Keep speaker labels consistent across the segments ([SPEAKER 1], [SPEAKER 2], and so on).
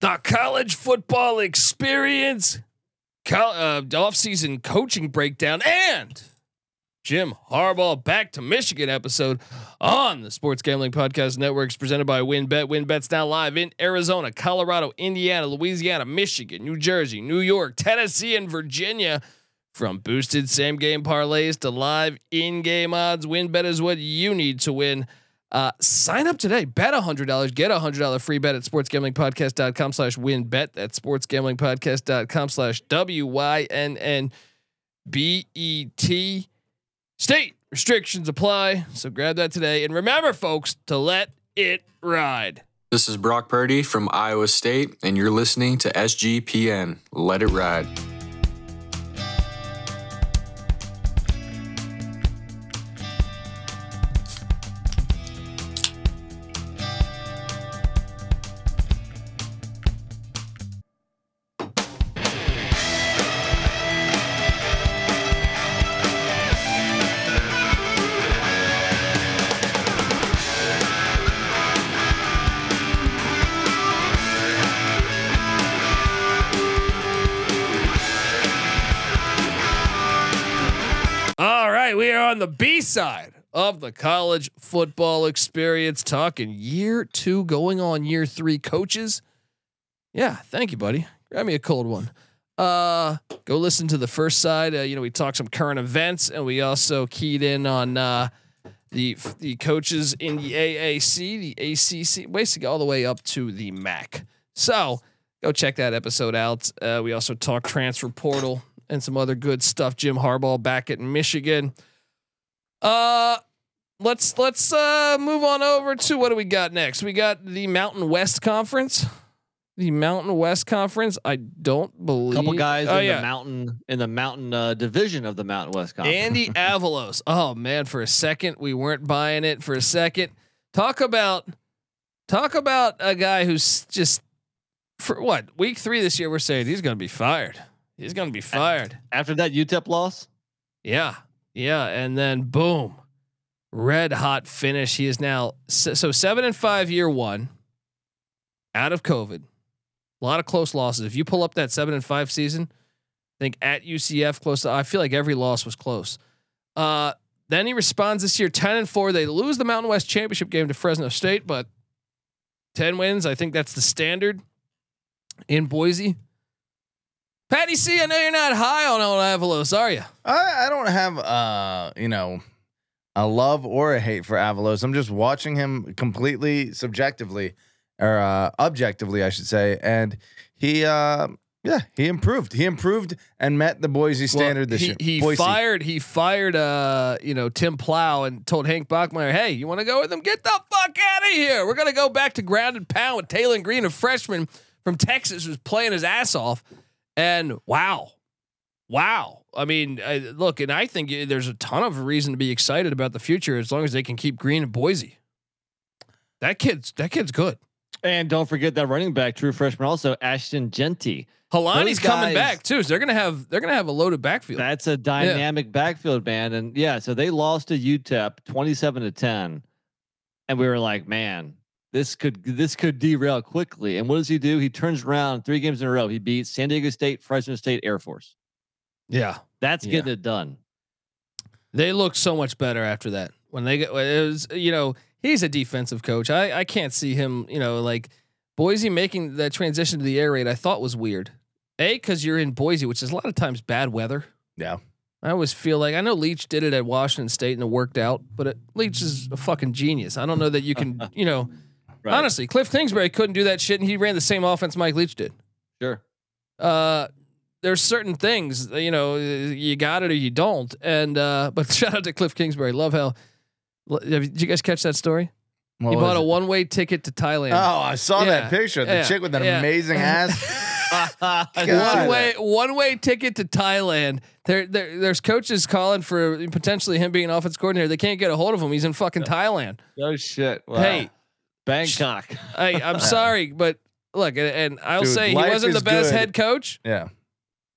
[SPEAKER 1] the college football experience, col- uh, offseason coaching breakdown, and Jim Harbaugh back to Michigan episode on the Sports Gambling Podcast Networks presented by WinBet. WinBet's now live in Arizona, Colorado, Indiana, Louisiana, Michigan, New Jersey, New York, Tennessee, and Virginia. From boosted same game parlays to live in game odds, WinBet is what you need to win. Uh, sign up today. Bet $100. Get a $100 free bet at sportsgamblingpodcast.com slash win bet. That's sportsgamblingpodcast.com slash W-Y-N-N-B-E-T. E State restrictions apply. So grab that today. And remember, folks, to let it ride.
[SPEAKER 2] This is Brock Purdy from Iowa State, and you're listening to SGPN. Let it ride.
[SPEAKER 1] All right, we are on the B side of the college football experience, talking year two, going on year three coaches. Yeah, thank you, buddy. Grab me a cold one. Uh, go listen to the first side. Uh, you know, we talked some current events, and we also keyed in on uh, the the coaches in the AAC, the ACC, basically all the way up to the MAC. So go check that episode out. Uh, we also talked transfer portal and some other good stuff. Jim Harbaugh back at Michigan. Uh, let's let's uh move on over to what do we got next? We got the Mountain West Conference. The Mountain West Conference. I don't believe
[SPEAKER 3] couple guys
[SPEAKER 1] Oh,
[SPEAKER 3] in
[SPEAKER 1] yeah.
[SPEAKER 3] the mountain in the mountain uh, division of the Mountain West Conference.
[SPEAKER 1] Andy Avalos. Oh man, for a second we weren't buying it. For a second, talk about talk about a guy who's just for what week three this year. We're saying he's going to be fired. He's going to be fired.
[SPEAKER 3] After that UTEP loss,
[SPEAKER 1] Yeah, yeah, and then boom, red hot finish. He is now s- so seven and five year one, out of COVID. A lot of close losses. If you pull up that seven and five season, I think at UCF close to. I feel like every loss was close. Uh, then he responds this year ten and four. They lose the Mountain West championship game to Fresno State, but ten wins. I think that's the standard in Boise. Patty C, I know you're not high on old Avalos, are you?
[SPEAKER 4] I, I don't have uh you know a love or a hate for Avalos. I'm just watching him completely subjectively or uh, objectively, I should say, and he uh yeah he improved. He improved and met the Boise
[SPEAKER 1] Well,
[SPEAKER 4] standard this
[SPEAKER 1] he,
[SPEAKER 4] year.
[SPEAKER 1] He
[SPEAKER 4] Boise.
[SPEAKER 1] fired. He fired. Uh, you know, Tim Plow and told Hank Bachmeyer, "Hey, you want to go with him? Get the fuck out of here. We're gonna go back to ground and pound with Taylor Green, a freshman from Texas who's playing his ass off." And wow, wow. I mean, I, look, and I think uh, there's a ton of reason to be excited about the future as long as they can keep Green and Boise. That kid's that kid's good.
[SPEAKER 3] and don't forget that running back, true freshman, also Ashton Genty.
[SPEAKER 1] Halani's
[SPEAKER 3] Those
[SPEAKER 1] coming
[SPEAKER 3] guys-
[SPEAKER 1] back too, so they're gonna have they're gonna have a loaded backfield.
[SPEAKER 3] That's a dynamic backfield band, and yeah, so they lost to UTEP twenty-seven to ten, and we were like, man, this could this could derail quickly. And what does he do? He turns around three games in a row. He beats San Diego State, Fresno State, Air Force.
[SPEAKER 1] yeah,
[SPEAKER 3] That's
[SPEAKER 4] Yeah.
[SPEAKER 3] getting it done.
[SPEAKER 1] They look so much better after that. When they get, it was, you know, he's a defensive coach. I, I can't see him, you know, like Boise making that transition to the air raid. I thought was weird. A, because you're in Boise, which is a lot of times bad weather.
[SPEAKER 4] Yeah.
[SPEAKER 1] I always feel like I know Leach did it at Washington State and it worked out, but it, Leach is a fucking genius. I don't know that you can, you know,
[SPEAKER 3] Right.
[SPEAKER 1] honestly, Cliff Kingsbury couldn't do that shit, and he ran the same offense Mike Leach did
[SPEAKER 3] Sure.
[SPEAKER 1] uh there's certain things that, you know you got it or you don't and uh but shout out to cliff kingsbury love how l- did you guys catch that story
[SPEAKER 4] What
[SPEAKER 1] he
[SPEAKER 4] was
[SPEAKER 1] bought a
[SPEAKER 4] it?
[SPEAKER 1] one-way ticket to thailand
[SPEAKER 4] Oh, I saw
[SPEAKER 1] Yeah,
[SPEAKER 4] that picture. The
[SPEAKER 1] yeah,
[SPEAKER 4] chick with that
[SPEAKER 1] yeah.
[SPEAKER 4] amazing ass. God.
[SPEAKER 1] one way one way ticket to Thailand. There, there there's coaches calling for potentially him being offense coordinator. They can't get a hold of him. He's in fucking Thailand.
[SPEAKER 3] Oh shit! Wow.
[SPEAKER 1] Hey,
[SPEAKER 3] Bangkok.
[SPEAKER 1] I I'm sorry, but look, and, and I'll
[SPEAKER 4] Dude,
[SPEAKER 1] say he
[SPEAKER 4] life
[SPEAKER 1] wasn't the
[SPEAKER 4] is
[SPEAKER 1] best
[SPEAKER 4] good.
[SPEAKER 1] head coach.
[SPEAKER 4] Yeah.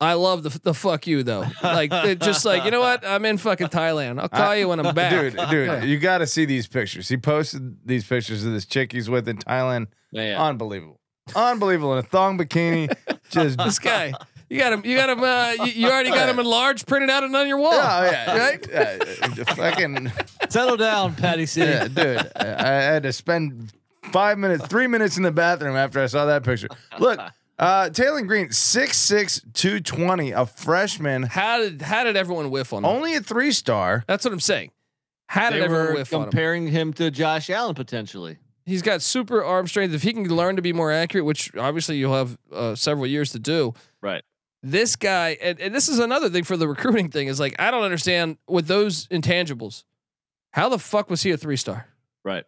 [SPEAKER 1] I love the f- the fuck you though. Like it just like you know what? I'm in fucking Thailand. I'll call
[SPEAKER 4] I-
[SPEAKER 1] you when I'm back.
[SPEAKER 4] Dude, dude, you got to see these pictures. He posted these pictures of this chick he's with in Thailand.
[SPEAKER 3] Man.
[SPEAKER 4] Unbelievable. Unbelievable in a thong bikini. Just
[SPEAKER 1] This guy, you got him. You got him. Uh, you, you already got him in large, printed out and on your wall.
[SPEAKER 4] Oh yeah,
[SPEAKER 1] Right?
[SPEAKER 4] Yeah, uh, fucking
[SPEAKER 3] Settle down, Patty C.
[SPEAKER 4] yeah, dude. I, I had to spend five minutes, three minutes in the bathroom after I saw that picture. Look, uh, Taylor Green, 6'6", 220, a freshman,
[SPEAKER 1] How did how did everyone whiff on him?
[SPEAKER 4] only a three star.
[SPEAKER 1] That's what I'm saying. How did
[SPEAKER 3] They
[SPEAKER 1] everyone
[SPEAKER 3] were
[SPEAKER 1] whiff on him?
[SPEAKER 3] comparing him to Josh Allen potentially.
[SPEAKER 1] He's got super arm strength. If he can learn to be more accurate, which obviously you'll have uh, several years to do,
[SPEAKER 3] Right.
[SPEAKER 1] this guy and, and this is another thing for the recruiting thing is like I don't understand with those intangibles. How the fuck was he a three star?
[SPEAKER 3] Right.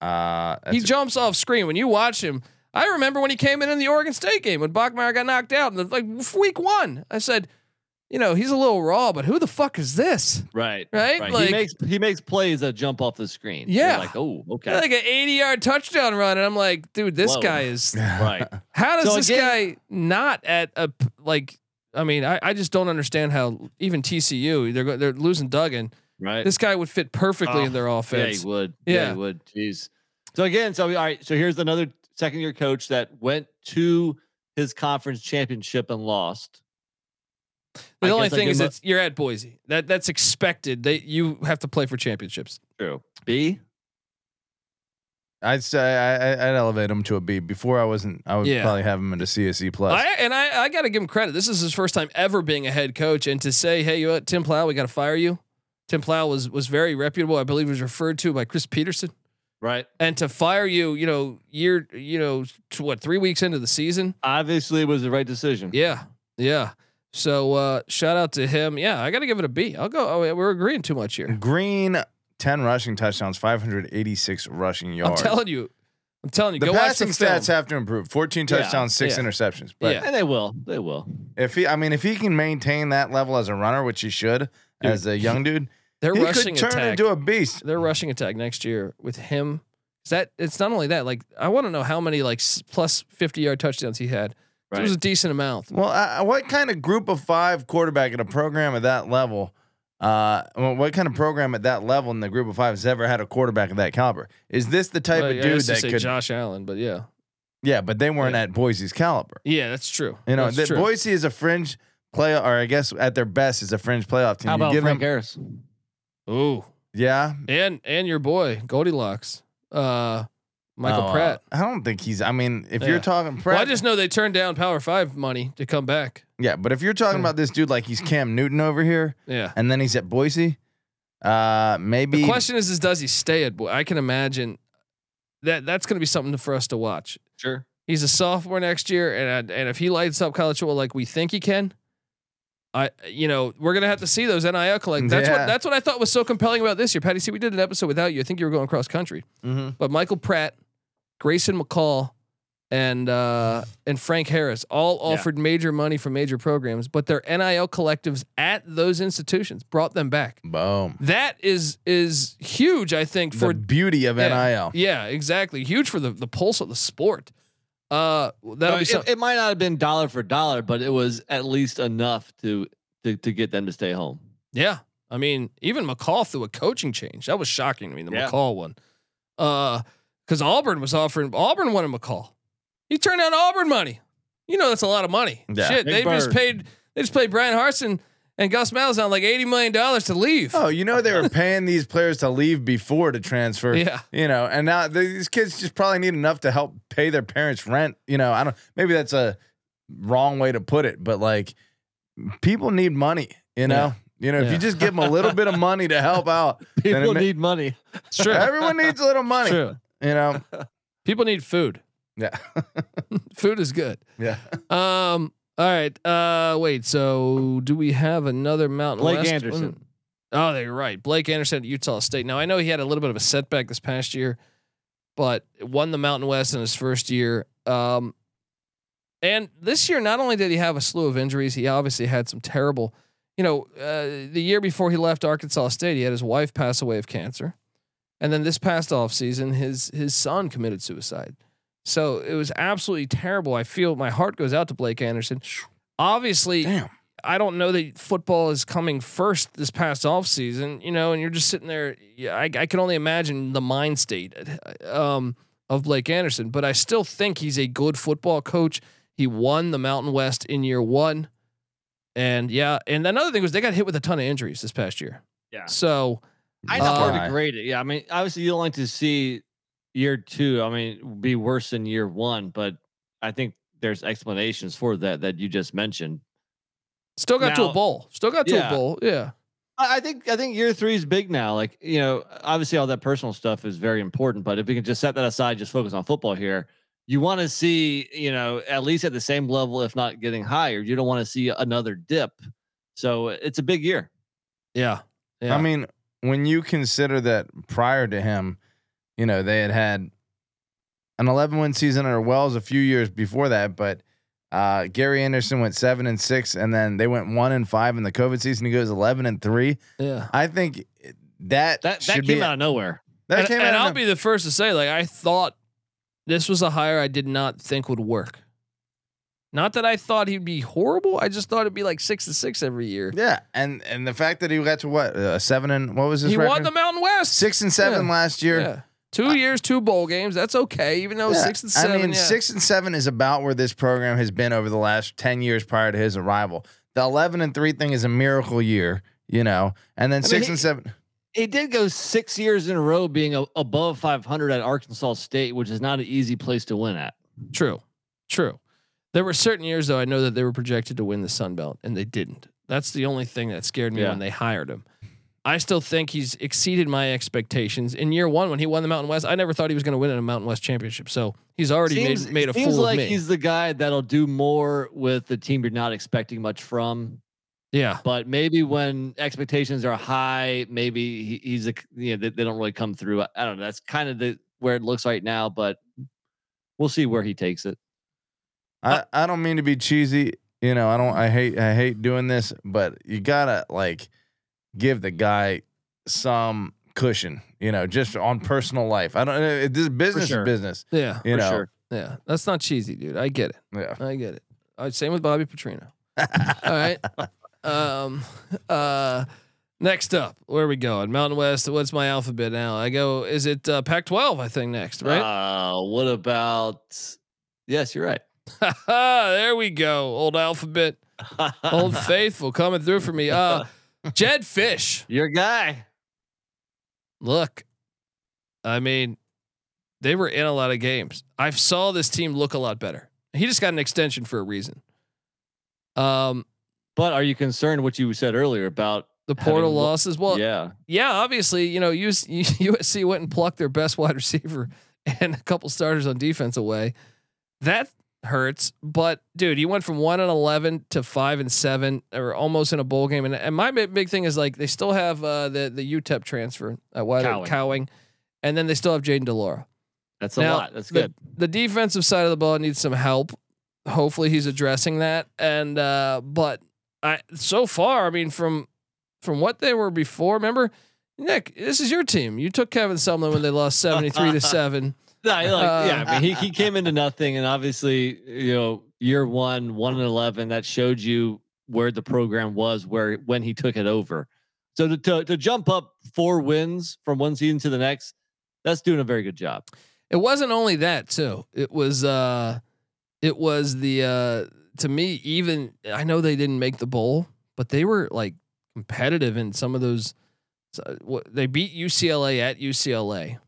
[SPEAKER 4] Uh,
[SPEAKER 1] He
[SPEAKER 4] that's-
[SPEAKER 1] jumps off screen when you watch him. I remember when he came in in the Oregon State game when Bachmeyer got knocked out in the, like week one. I said, you know, he's a little raw, but who the fuck is this?
[SPEAKER 3] Right.
[SPEAKER 1] Right?
[SPEAKER 3] Right.
[SPEAKER 1] Like-
[SPEAKER 3] he makes he makes plays that jump off the screen. You're
[SPEAKER 1] Yeah.
[SPEAKER 3] like, oh, okay.
[SPEAKER 1] Yeah, Like an 80 yard touchdown run, and I'm like, dude, this
[SPEAKER 3] Whoa.
[SPEAKER 1] guy is.
[SPEAKER 3] right.
[SPEAKER 1] How does
[SPEAKER 3] So
[SPEAKER 1] this
[SPEAKER 3] again-
[SPEAKER 1] guy not at a p- like? I mean, I, I just don't understand how even TCU they're go- they're losing Duggan.
[SPEAKER 3] Right.
[SPEAKER 1] This guy would fit perfectly
[SPEAKER 3] Oh,
[SPEAKER 1] in their
[SPEAKER 3] Yeah,
[SPEAKER 1] offense.
[SPEAKER 3] he would. Yeah,
[SPEAKER 1] Yeah.
[SPEAKER 3] he would. Jeez. So again, so all right. So here's another second year coach that went to his conference championship and lost.
[SPEAKER 1] the
[SPEAKER 3] I
[SPEAKER 1] only
[SPEAKER 3] guess I
[SPEAKER 1] thing
[SPEAKER 3] give
[SPEAKER 1] is,
[SPEAKER 3] him a-
[SPEAKER 1] it's you're at Boise. That that's expected. They you have to play for championships.
[SPEAKER 3] True. B.
[SPEAKER 4] I'd say I, I- I'd elevate him to a B. Before I wasn't, I would
[SPEAKER 1] Yeah.
[SPEAKER 4] probably have him at a C, a C plus.
[SPEAKER 1] I, and I, I got to give him credit. This is his first time ever being a head coach, and to say, "Hey, you know what, Tim Plow, we got to fire you." Tim Plow was was very reputable. I believe he was referred to by Chris Peterson,
[SPEAKER 3] Right.
[SPEAKER 1] and to fire you, you know, year, you know, to what three weeks into the season?
[SPEAKER 3] Obviously, it was the right decision.
[SPEAKER 1] Yeah, yeah. So uh, shout out to him. Yeah, I got to give it a B. I'll go. Oh, yeah, we're agreeing too much here.
[SPEAKER 4] Green, ten rushing touchdowns, five hundred eighty six rushing
[SPEAKER 1] I'm
[SPEAKER 4] yards.
[SPEAKER 1] telling you. I'm telling you.
[SPEAKER 4] the
[SPEAKER 1] go watch
[SPEAKER 4] passing
[SPEAKER 1] some
[SPEAKER 4] stats
[SPEAKER 1] film.
[SPEAKER 4] have to improve. Fourteen
[SPEAKER 3] Yeah,
[SPEAKER 4] touchdowns, six
[SPEAKER 1] yeah.
[SPEAKER 4] interceptions. But
[SPEAKER 1] Yeah.
[SPEAKER 3] And they will. They will.
[SPEAKER 4] if he, I mean, if he can maintain that level as a runner, which he should, as a young dude,
[SPEAKER 1] They're
[SPEAKER 4] he
[SPEAKER 1] rushing
[SPEAKER 4] could turn
[SPEAKER 1] attack.
[SPEAKER 4] into a beast.
[SPEAKER 1] their rushing attack next year with him. Is that it's not only that. Like I want to know how many like s- plus fifty yard touchdowns he had. It
[SPEAKER 3] Right.
[SPEAKER 1] was a decent amount.
[SPEAKER 4] Well, uh, what kind of group of five quarterback in a program at that level? Uh, well, what kind of program at that level in the group of five has ever had a quarterback of that caliber? Is this the type
[SPEAKER 1] Well,
[SPEAKER 4] of
[SPEAKER 1] I
[SPEAKER 4] dude
[SPEAKER 1] guess you
[SPEAKER 4] that
[SPEAKER 1] say
[SPEAKER 4] could?
[SPEAKER 1] Josh Allen, but yeah,
[SPEAKER 4] Yeah, but they weren't
[SPEAKER 1] Yeah.
[SPEAKER 4] at Boise's caliber.
[SPEAKER 1] yeah, that's true.
[SPEAKER 4] You know,
[SPEAKER 1] That's
[SPEAKER 4] that
[SPEAKER 1] true.
[SPEAKER 4] Boise is a fringe playoff, or I guess at their best is a fringe playoff team.
[SPEAKER 3] How
[SPEAKER 4] You
[SPEAKER 3] about
[SPEAKER 4] give
[SPEAKER 3] Frank
[SPEAKER 4] them-
[SPEAKER 3] Harris?
[SPEAKER 1] Ooh,
[SPEAKER 4] yeah,
[SPEAKER 1] and and your boy Goldilocks, uh, Michael
[SPEAKER 4] Oh, uh,
[SPEAKER 1] Pratt.
[SPEAKER 4] I don't think he's. I mean, if
[SPEAKER 1] Yeah.
[SPEAKER 4] you're talking Pratt,
[SPEAKER 1] Well, I just know they turned down Power Five money to come back.
[SPEAKER 4] yeah, but if you're talking
[SPEAKER 1] Yeah.
[SPEAKER 4] about this dude like he's Cam Newton over here,
[SPEAKER 1] Yeah.
[SPEAKER 4] and then he's at Boise, uh, maybe
[SPEAKER 1] The question is, is does he stay at? Boy, I can imagine that that's going to be something for us to watch.
[SPEAKER 3] Sure.
[SPEAKER 1] he's a sophomore next year, and and if he lights up college football like we think he can, I you know we're gonna have to see those NIL collect. That's
[SPEAKER 4] Yeah.
[SPEAKER 1] what that's what I thought was so compelling about this year, Patty. See, we did an episode without you. I think you were going cross country,
[SPEAKER 4] Mhm.
[SPEAKER 1] but Michael Pratt, Grayson McCall, and uh, and Frank Harris all
[SPEAKER 3] Yeah.
[SPEAKER 1] offered major money from major programs, but their NIL collectives at those institutions brought them back.
[SPEAKER 4] boom.
[SPEAKER 1] That is is huge, I think, for
[SPEAKER 4] the beauty of
[SPEAKER 1] Yeah.
[SPEAKER 4] NIL.
[SPEAKER 1] yeah, exactly. Huge for the the pulse of the sport. Uh, that'll
[SPEAKER 3] So
[SPEAKER 1] be
[SPEAKER 3] it,
[SPEAKER 1] something.
[SPEAKER 3] it might not have been dollar for dollar, but it was at least enough to to, to get them to stay home.
[SPEAKER 1] Yeah. I mean, even McCall threw a coaching change. That was shocking to me, the
[SPEAKER 3] Yeah.
[SPEAKER 1] McCall one. Uh, because Auburn was offering Auburn wanted McCall. He turned down Auburn money. You know that's a lot of money.
[SPEAKER 4] Yeah.
[SPEAKER 1] Shit.
[SPEAKER 3] Big
[SPEAKER 1] They just
[SPEAKER 3] bird.
[SPEAKER 1] paid they just paid Brian Harson and Gus Malzahn like eighty million dollars to leave.
[SPEAKER 4] Oh, you know they were paying these players to leave before to transfer.
[SPEAKER 1] Yeah.
[SPEAKER 4] You know, and now these kids just probably need enough to help pay their parents' rent. You know, I don't. Maybe that's a wrong way to put it, but like, people need money. You know, you know, if
[SPEAKER 1] Yeah.
[SPEAKER 4] you just give them a little bit of money to help out, it
[SPEAKER 3] People
[SPEAKER 4] ma-
[SPEAKER 3] need money.
[SPEAKER 1] It's true.
[SPEAKER 4] everyone needs a little money.
[SPEAKER 1] true.
[SPEAKER 4] You know,
[SPEAKER 1] People need food.
[SPEAKER 4] yeah,
[SPEAKER 1] Food is good.
[SPEAKER 4] yeah.
[SPEAKER 1] Um all right. Uh wait, so do we have another Mountain
[SPEAKER 3] Blake
[SPEAKER 1] West one?
[SPEAKER 3] Anderson.
[SPEAKER 1] Oh, they're right. Blake Anderson at Utah State. Now I know he had a little bit of a setback this past year, but won the Mountain West in his first year. Um, and this year, not only did he have a slew of injuries, he obviously had some terrible. You know, uh, the year before he left Arkansas State, he had his wife pass away of cancer, and then this past off season, his his son committed suicide. So it was absolutely terrible. I feel my heart goes out to Blake Anderson. Obviously,
[SPEAKER 4] Damn.
[SPEAKER 1] I don't know that football is coming first this past offseason, you know, and you're just sitting there. Yeah, I, I can only imagine the mind state uh, um, of Blake Anderson, but I still think he's a good football coach. He won the Mountain West in year one. And yeah, and another thing was they got hit with a ton of injuries this past year.
[SPEAKER 3] Yeah.
[SPEAKER 1] So
[SPEAKER 3] I
[SPEAKER 1] know.
[SPEAKER 3] know hard
[SPEAKER 4] Uh,
[SPEAKER 3] to grade it. Yeah, I mean, obviously you don't like to see year two. I mean, be worse than year one, but I think there's explanations for that that you just mentioned.
[SPEAKER 1] still got to a
[SPEAKER 3] Now-
[SPEAKER 1] bowl. Still got to
[SPEAKER 3] Yeah.
[SPEAKER 1] a bowl. Yeah.
[SPEAKER 3] I I think I think year three is big now. Like you know, obviously all that personal stuff is very important, but if we can just set that aside, just focus on football here. You want to see you know at least at the same level, if not getting higher. You don't want to see another dip. So it's a big year.
[SPEAKER 1] Yeah. Yeah.
[SPEAKER 4] I mean, when you consider that prior to him, you know, they had had an 11 win season under Wells a few years before that, but uh, Gary Anderson went seven and six, and then they went one and five in the COVID season. He goes 11 and three.
[SPEAKER 1] yeah.
[SPEAKER 4] I think
[SPEAKER 3] That
[SPEAKER 4] that
[SPEAKER 3] that
[SPEAKER 4] should
[SPEAKER 3] came
[SPEAKER 4] be,
[SPEAKER 3] out of nowhere.
[SPEAKER 4] That
[SPEAKER 1] and
[SPEAKER 4] came
[SPEAKER 1] and
[SPEAKER 4] out.
[SPEAKER 1] I'll
[SPEAKER 4] of-
[SPEAKER 1] be the first to say, like, I thought this was a hire I did not think would work. Not that I thought he'd be horrible. I just thought it'd be like six to six every year.
[SPEAKER 4] yeah, and and the fact that he got to what uh, seven and what was his
[SPEAKER 1] He
[SPEAKER 4] record?
[SPEAKER 1] won the Mountain West.
[SPEAKER 4] six and seven
[SPEAKER 1] Yeah.
[SPEAKER 4] last year.
[SPEAKER 1] Yeah. Two years, two bowl games. That's okay, even though
[SPEAKER 4] Yeah,
[SPEAKER 1] Oh, six and seven.
[SPEAKER 4] I mean,
[SPEAKER 1] yeah.
[SPEAKER 4] six and seven is about where this program has been over the last ten years prior to his arrival. The eleven and three thing is a miracle year, you know, and then
[SPEAKER 3] mean,
[SPEAKER 4] six
[SPEAKER 3] he-
[SPEAKER 4] and seven.
[SPEAKER 3] He did go six years in a row being a, above 500 at Arkansas State, which is not an easy place to win at.
[SPEAKER 1] True. True. There were certain years though I know that they were projected to win the Sun Belt and they didn't. That's the only thing that scared me
[SPEAKER 3] Yeah.
[SPEAKER 1] when they hired him. I still think he's exceeded my expectations. In year one, when he won the Mountain West, I never thought he was going to win in a Mountain West championship. So he's already made, made a
[SPEAKER 3] seems
[SPEAKER 1] fool
[SPEAKER 3] like
[SPEAKER 1] of me.
[SPEAKER 3] he's the guy that'll do more with the team you're not expecting much from.
[SPEAKER 1] yeah,
[SPEAKER 3] But maybe when expectations are high, maybe he, he's a you know they, they don't really come through. I, I don't know. That's kind of the where it looks right now, but we'll see where he takes it.
[SPEAKER 4] I, I don't mean to be cheesy, you know. I don't. I hate. I hate doing this, but you gotta like give the guy some cushion, you know, just on personal life. I don't. uh, This is business
[SPEAKER 3] sure.
[SPEAKER 4] is business,
[SPEAKER 1] yeah,
[SPEAKER 4] you
[SPEAKER 3] for
[SPEAKER 4] know.
[SPEAKER 3] sure.
[SPEAKER 1] yeah. That's not cheesy, dude. I get it.
[SPEAKER 4] Yeah.
[SPEAKER 1] I get it. All right, same with Bobby Petrino. All right. Um. Uh. Next up, where are we going? Mountain West. What's my alphabet now? I go. Is it uh, Pac-12? I think next, right?
[SPEAKER 3] Uh, what about? Yes, you're right.
[SPEAKER 1] there we go. Old alphabet, old faithful coming through for me. Uh, Jed Fish.
[SPEAKER 3] your guy.
[SPEAKER 1] Look, I mean, they were in a lot of games. I saw this team look a lot better. He just got an extension for a reason. Um,
[SPEAKER 3] But are you concerned what you said earlier about
[SPEAKER 1] the
[SPEAKER 3] Having
[SPEAKER 1] portal
[SPEAKER 3] lo-
[SPEAKER 1] losses. Well,
[SPEAKER 3] yeah,
[SPEAKER 1] yeah, obviously, you know, US, USC went and plucked their best wide receiver and a couple starters on defense away. That hurts, but dude, he went from one and eleven to five and seven, or almost in a bowl game. And, and my big, big thing is like they still have uh, the the UTEP transfer at wide
[SPEAKER 3] Cowing.
[SPEAKER 1] cowing, and then they still have Jaden Delora.
[SPEAKER 3] that's a
[SPEAKER 1] Now,
[SPEAKER 3] lot. That's
[SPEAKER 1] the-
[SPEAKER 3] good.
[SPEAKER 1] The defensive side of the ball needs some help. Hopefully, he's addressing that. And uh, but I so far, I mean, from from what they were before, remember, Nick, this is your team. You took Kevin Sumlin when they lost seventy three to seven.
[SPEAKER 3] No, I like, yeah,
[SPEAKER 1] Uh,
[SPEAKER 3] I mean, he, he came into nothing, and obviously, you know, year one, one and eleven, that showed you where the program was, where when he took it over. So to to, to jump up four wins from one season to the next, that's doing a very good job.
[SPEAKER 1] It wasn't only that too. It was uh, it was the uh, to me even I know they didn't make the bowl, but they were like competitive in some of those. so, what- They beat UCLA at UCLA.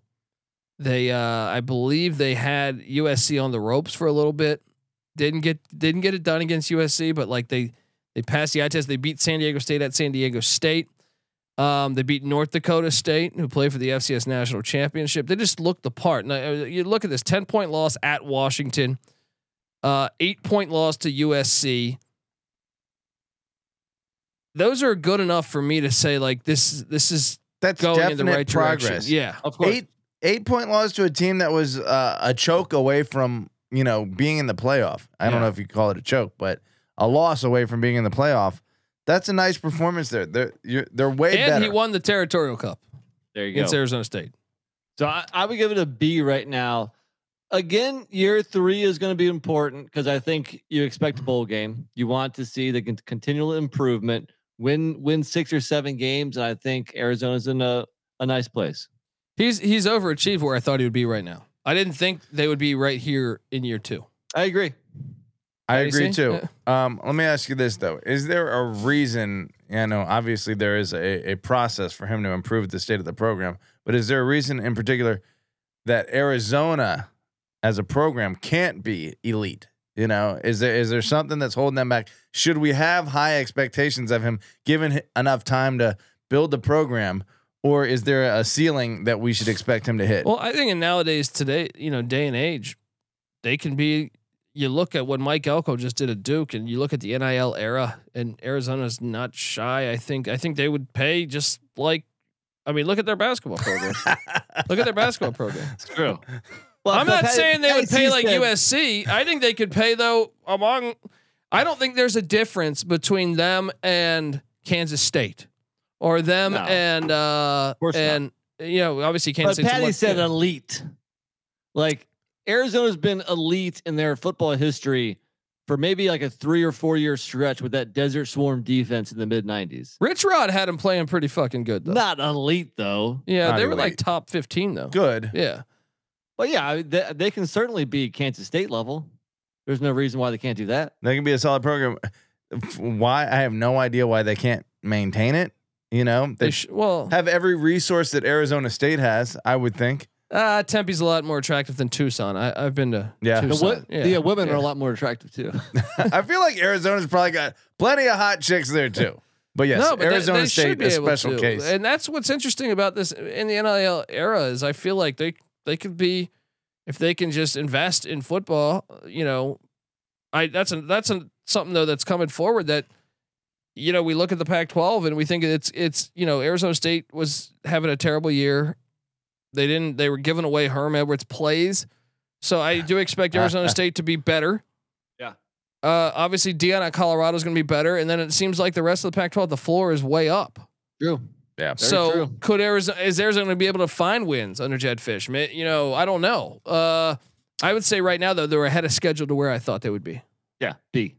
[SPEAKER 1] They uh, I believe they had USC on the ropes for a little bit. Didn't get didn't get it done against USC, but like they they passed the eye test. They beat San Diego State at San Diego State. Um, they beat North Dakota State, who played for the FCS national championship. They just looked the part. Now, uh, you look at this: ten point loss at Washington, uh, eight point loss to USC. Those are good enough for me to say like this. This is
[SPEAKER 4] That's
[SPEAKER 1] going in
[SPEAKER 4] definite
[SPEAKER 1] the right
[SPEAKER 4] progress.
[SPEAKER 1] direction. Yeah,
[SPEAKER 3] Of course,
[SPEAKER 4] Eight eight point loss to a team that was uh, a choke away from you know being in the playoff. I
[SPEAKER 1] Yeah.
[SPEAKER 4] don't know if you call it a choke, but a loss away from being in the playoff. That's a nice performance there. They're you're, they're way
[SPEAKER 1] and
[SPEAKER 4] better.
[SPEAKER 1] he won the territorial cup
[SPEAKER 3] there you go.
[SPEAKER 1] against Arizona State.
[SPEAKER 3] So I, I would give it a B right now. Again, year three is going to be important because I think you expect a bowl game. You want to see the con- continual improvement, win win six or seven games, and I think Arizona's in a, a nice place.
[SPEAKER 1] He's he's overachieved where I thought he would be right now. I didn't think they would be right here in year two.
[SPEAKER 3] I agree.
[SPEAKER 4] I
[SPEAKER 1] You
[SPEAKER 4] agree
[SPEAKER 1] see?
[SPEAKER 4] too.
[SPEAKER 1] Yeah.
[SPEAKER 4] Um, let me ask you this though: Is there a reason? You know, obviously there is a, a process for him to improve the state of the program, but is there a reason in particular that Arizona, as a program, can't be elite? You know, is there is there something that's holding them back? Should we have high expectations of him, given h- enough time to build the program, or is there a ceiling that we should expect him to hit?
[SPEAKER 1] Well, I think in nowadays today, you know, day and age, they can be. You look at what Mike Elko just did at Duke, and you look at the NIL era, and Arizona's not shy. I think I think they would pay just like. I mean, look at their basketball program. look at their basketball program.
[SPEAKER 3] It's true. Well,
[SPEAKER 1] I'm
[SPEAKER 3] but
[SPEAKER 1] not
[SPEAKER 3] Patty-
[SPEAKER 1] saying they would
[SPEAKER 3] Patty
[SPEAKER 1] pay
[SPEAKER 3] C
[SPEAKER 1] like
[SPEAKER 3] said-
[SPEAKER 1] USC. I think they could pay though among. I don't think there's a difference between them and Kansas State, or them
[SPEAKER 3] No.
[SPEAKER 1] and uh
[SPEAKER 3] course not.
[SPEAKER 1] and you know obviously Kansas
[SPEAKER 3] But
[SPEAKER 1] State.
[SPEAKER 3] Patty said elite. Like Arizona's been elite in their football history for maybe like a three or four year stretch with that Desert Swarm defense in the mid '90s.
[SPEAKER 1] Rich Rod had him playing pretty fucking good though.
[SPEAKER 3] Not elite though.
[SPEAKER 1] yeah,
[SPEAKER 4] Not
[SPEAKER 1] they were like
[SPEAKER 4] elite.
[SPEAKER 1] top fifteen though.
[SPEAKER 4] Good.
[SPEAKER 1] Yeah,
[SPEAKER 3] But yeah, I- they, they can certainly be Kansas State level. There's no reason why they can't do that.
[SPEAKER 4] That can be a solid program. F- Why I have no idea why they can't maintain it. You know,
[SPEAKER 1] they
[SPEAKER 4] they
[SPEAKER 1] sh- well,
[SPEAKER 4] have every resource that Arizona State has. I would think.
[SPEAKER 1] uh, Tempe's a lot more attractive than Tucson. I, I've been to
[SPEAKER 4] Yeah.
[SPEAKER 3] The,
[SPEAKER 1] Tucson.
[SPEAKER 3] wo- yeah, women are a lot more attractive too.
[SPEAKER 4] I feel like Arizona's probably got plenty of hot chicks there too. But yes,
[SPEAKER 1] they-
[SPEAKER 4] Arizona
[SPEAKER 1] they should
[SPEAKER 4] State
[SPEAKER 1] be
[SPEAKER 4] is a
[SPEAKER 1] able
[SPEAKER 4] special
[SPEAKER 1] to.
[SPEAKER 4] case.
[SPEAKER 1] and that's what's interesting about this in the NIL era is I feel like they they could be if they can just invest in football. You know, I that's a, that's a, something though that's coming forward that you know we look at the Pac-12 and we think it's it's you know Arizona State was having a terrible year. They didn't. They were giving away Herm Edwards plays, so I do expect Arizona State to be better. Uh, obviously, Dion at Colorado is going to be better, and then it seems like the rest of the Pac-12, the floor is way up.
[SPEAKER 3] True. Very
[SPEAKER 4] Yeah.
[SPEAKER 1] so,
[SPEAKER 3] true.
[SPEAKER 1] could Arizona is Arizona going to be able to find wins under Jed Fish? Ma- You know, I don't know. Uh, I would say right now though they're ahead of schedule to where I thought they would be.
[SPEAKER 3] Yeah. B.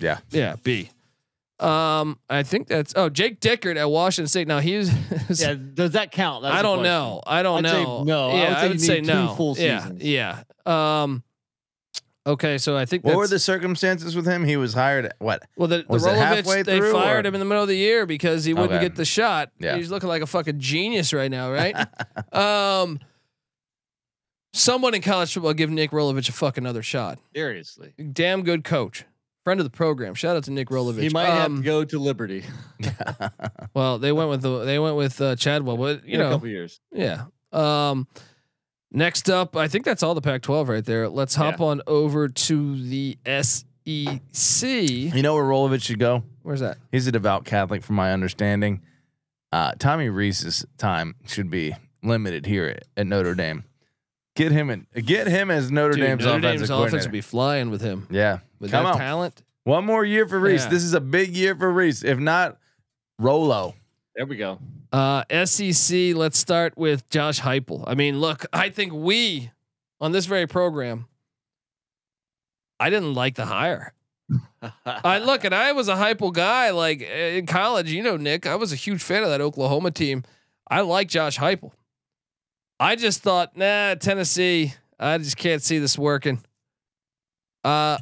[SPEAKER 1] Yeah, B. Um, I think that's oh Jake Dickert at Washington State. Now he's
[SPEAKER 3] Yeah. Does that count? That's
[SPEAKER 1] I
[SPEAKER 3] the
[SPEAKER 1] don't
[SPEAKER 3] question.
[SPEAKER 1] know. I don't
[SPEAKER 3] I'd say
[SPEAKER 1] know.
[SPEAKER 3] no. I
[SPEAKER 1] yeah,
[SPEAKER 3] would say you need two
[SPEAKER 1] no.
[SPEAKER 3] full
[SPEAKER 1] yeah,
[SPEAKER 3] seasons.
[SPEAKER 1] yeah. Um, okay, so I think
[SPEAKER 4] What
[SPEAKER 1] that's,
[SPEAKER 4] were the circumstances with him? He was hired at what?
[SPEAKER 1] Well, the, the
[SPEAKER 4] Was it
[SPEAKER 1] Rolovich,
[SPEAKER 4] halfway
[SPEAKER 1] they
[SPEAKER 4] through,
[SPEAKER 1] fired
[SPEAKER 4] or-
[SPEAKER 1] him in the middle of the year because he wouldn't
[SPEAKER 4] Okay.
[SPEAKER 1] get the shot.
[SPEAKER 4] Yeah.
[SPEAKER 1] He's looking like a fucking genius right now, right? um, someone in college football give Nick Rolovich a fucking other shot.
[SPEAKER 3] Seriously.
[SPEAKER 1] Damn good coach, friend of the program. Shout out to Nick Rolovich.
[SPEAKER 3] He might have
[SPEAKER 1] Um,
[SPEAKER 3] to go to Liberty
[SPEAKER 1] well, they went with the they went with uh, Chadwell, but you
[SPEAKER 3] in a
[SPEAKER 1] know,
[SPEAKER 3] couple years.
[SPEAKER 1] yeah. Um, next up, I think that's all the Pac-12 right there. Let's hop on over to the SEC.
[SPEAKER 4] You know where Rolovich should go?
[SPEAKER 1] Where's that?
[SPEAKER 4] He's a devout Catholic, from my understanding. Uh, Tommy Reese's time should be limited here at, at Notre Dame. Get him in, get him as Notre
[SPEAKER 1] Dude,
[SPEAKER 4] Dame's
[SPEAKER 1] Notre
[SPEAKER 4] offensive
[SPEAKER 1] Dame's
[SPEAKER 4] coordinator.
[SPEAKER 1] offense would be flying with him.
[SPEAKER 4] yeah,
[SPEAKER 1] With
[SPEAKER 4] Come
[SPEAKER 1] that
[SPEAKER 4] on.
[SPEAKER 1] talent,
[SPEAKER 4] One more year for Reese.
[SPEAKER 1] Yeah.
[SPEAKER 4] This is a big year for Reese. If not, Rolo.
[SPEAKER 3] There we go.
[SPEAKER 1] Uh, SEC. Let's start with Josh Heupel. I mean, look, I think we on this very program, I didn't like the hire. I look, and I was a Heupel guy. Like eh, in college, you know, Nick, I was a huge fan of that Oklahoma team. I like Josh Heupel. I just thought, nah, Tennessee. I just can't see this working. Uh,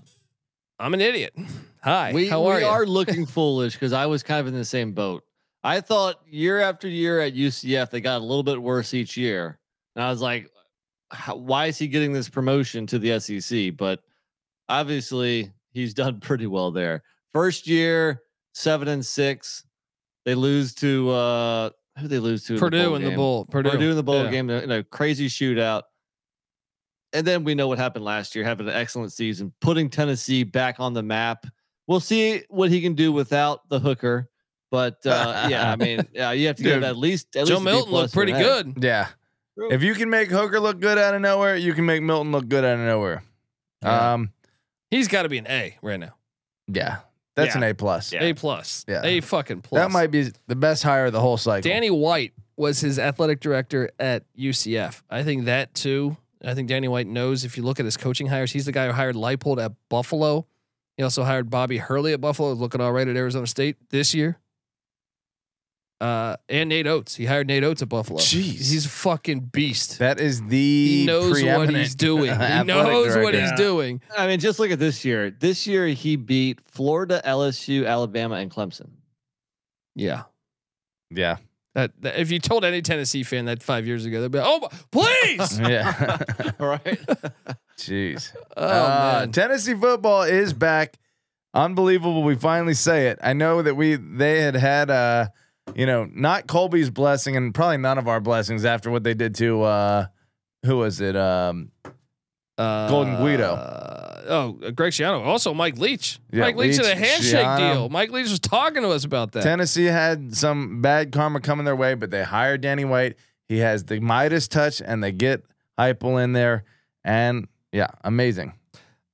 [SPEAKER 1] I'm an idiot. Hi,
[SPEAKER 3] we,
[SPEAKER 1] how
[SPEAKER 3] we
[SPEAKER 1] are
[SPEAKER 3] are,
[SPEAKER 1] you?
[SPEAKER 3] looking foolish because I was kind of in the same boat. I thought year after year at UCF they got a little bit worse each year, and I was like, "How- "Why is he getting this promotion to the SEC?" But obviously, he's done pretty well there. First year, seven and six. They lose to uh, who? They lose to
[SPEAKER 1] Purdue in the
[SPEAKER 3] game?
[SPEAKER 1] bowl. Purdue,
[SPEAKER 3] Purdue in the bowl
[SPEAKER 1] Yeah.
[SPEAKER 3] game in a crazy shootout. And then we know what happened last year, having an excellent season, putting Tennessee back on the map. We'll see what he can do without the hooker. But uh, yeah, I mean, yeah, you have to give
[SPEAKER 4] Dude,
[SPEAKER 3] at least at
[SPEAKER 1] Joe
[SPEAKER 3] least a B
[SPEAKER 1] Milton
[SPEAKER 3] plus
[SPEAKER 1] looked
[SPEAKER 3] for
[SPEAKER 1] pretty
[SPEAKER 3] that.
[SPEAKER 1] good.
[SPEAKER 4] Yeah.
[SPEAKER 3] True.
[SPEAKER 4] If you can make Hooker look good out of nowhere, you can make Milton look good out of nowhere.
[SPEAKER 1] Yeah.
[SPEAKER 4] Um,
[SPEAKER 1] He's got to be an A right now.
[SPEAKER 4] yeah. That's
[SPEAKER 3] Yeah.
[SPEAKER 4] an A plus.
[SPEAKER 3] Yeah.
[SPEAKER 1] A plus.
[SPEAKER 4] Yeah.
[SPEAKER 1] A fucking plus.
[SPEAKER 4] That might be the best hire of the whole cycle.
[SPEAKER 1] Danny White was his athletic director at UCF. I think that too. I think Danny White knows if you look at his coaching hires, he's the guy who hired Leipold at Buffalo. He also hired Bobby Hurley at Buffalo, looking all right at Arizona State this year. uh, and Nate Oates. He hired Nate Oates at Buffalo.
[SPEAKER 4] Jeez.
[SPEAKER 1] He's a fucking beast.
[SPEAKER 4] That is the
[SPEAKER 1] He knows what he's
[SPEAKER 4] preeminent
[SPEAKER 1] doing. He
[SPEAKER 4] athletic
[SPEAKER 1] knows what
[SPEAKER 4] director.
[SPEAKER 1] he's doing.
[SPEAKER 3] I mean, just look at this year. This year he beat Florida, LSU, Alabama, and Clemson.
[SPEAKER 1] Yeah.
[SPEAKER 4] Yeah.
[SPEAKER 1] That, that- if you told any Tennessee fan that five years ago, they'd be like, "Oh, my- please!"
[SPEAKER 4] Yeah.
[SPEAKER 3] All right.
[SPEAKER 4] Jeez.
[SPEAKER 1] oh
[SPEAKER 4] Uh,
[SPEAKER 1] man,
[SPEAKER 4] Tennessee football is back. Unbelievable. We finally say it. I know that we they had had uh you know not Colby's blessing and probably none of our blessings after what they did to uh who was it um
[SPEAKER 1] uh,
[SPEAKER 4] Golden Guido.
[SPEAKER 1] Uh, oh, Greg Schiano. Also, Mike Leach.
[SPEAKER 4] Yeah,
[SPEAKER 1] Mike Leach, had a
[SPEAKER 4] Leach,
[SPEAKER 1] handshake
[SPEAKER 4] Schiano.
[SPEAKER 1] deal. Mike Leach was talking to us about that.
[SPEAKER 4] Tennessee had some bad karma coming their way, but they hired Danny White. He has the Midas touch, and they get Heupel in there, and yeah, amazing.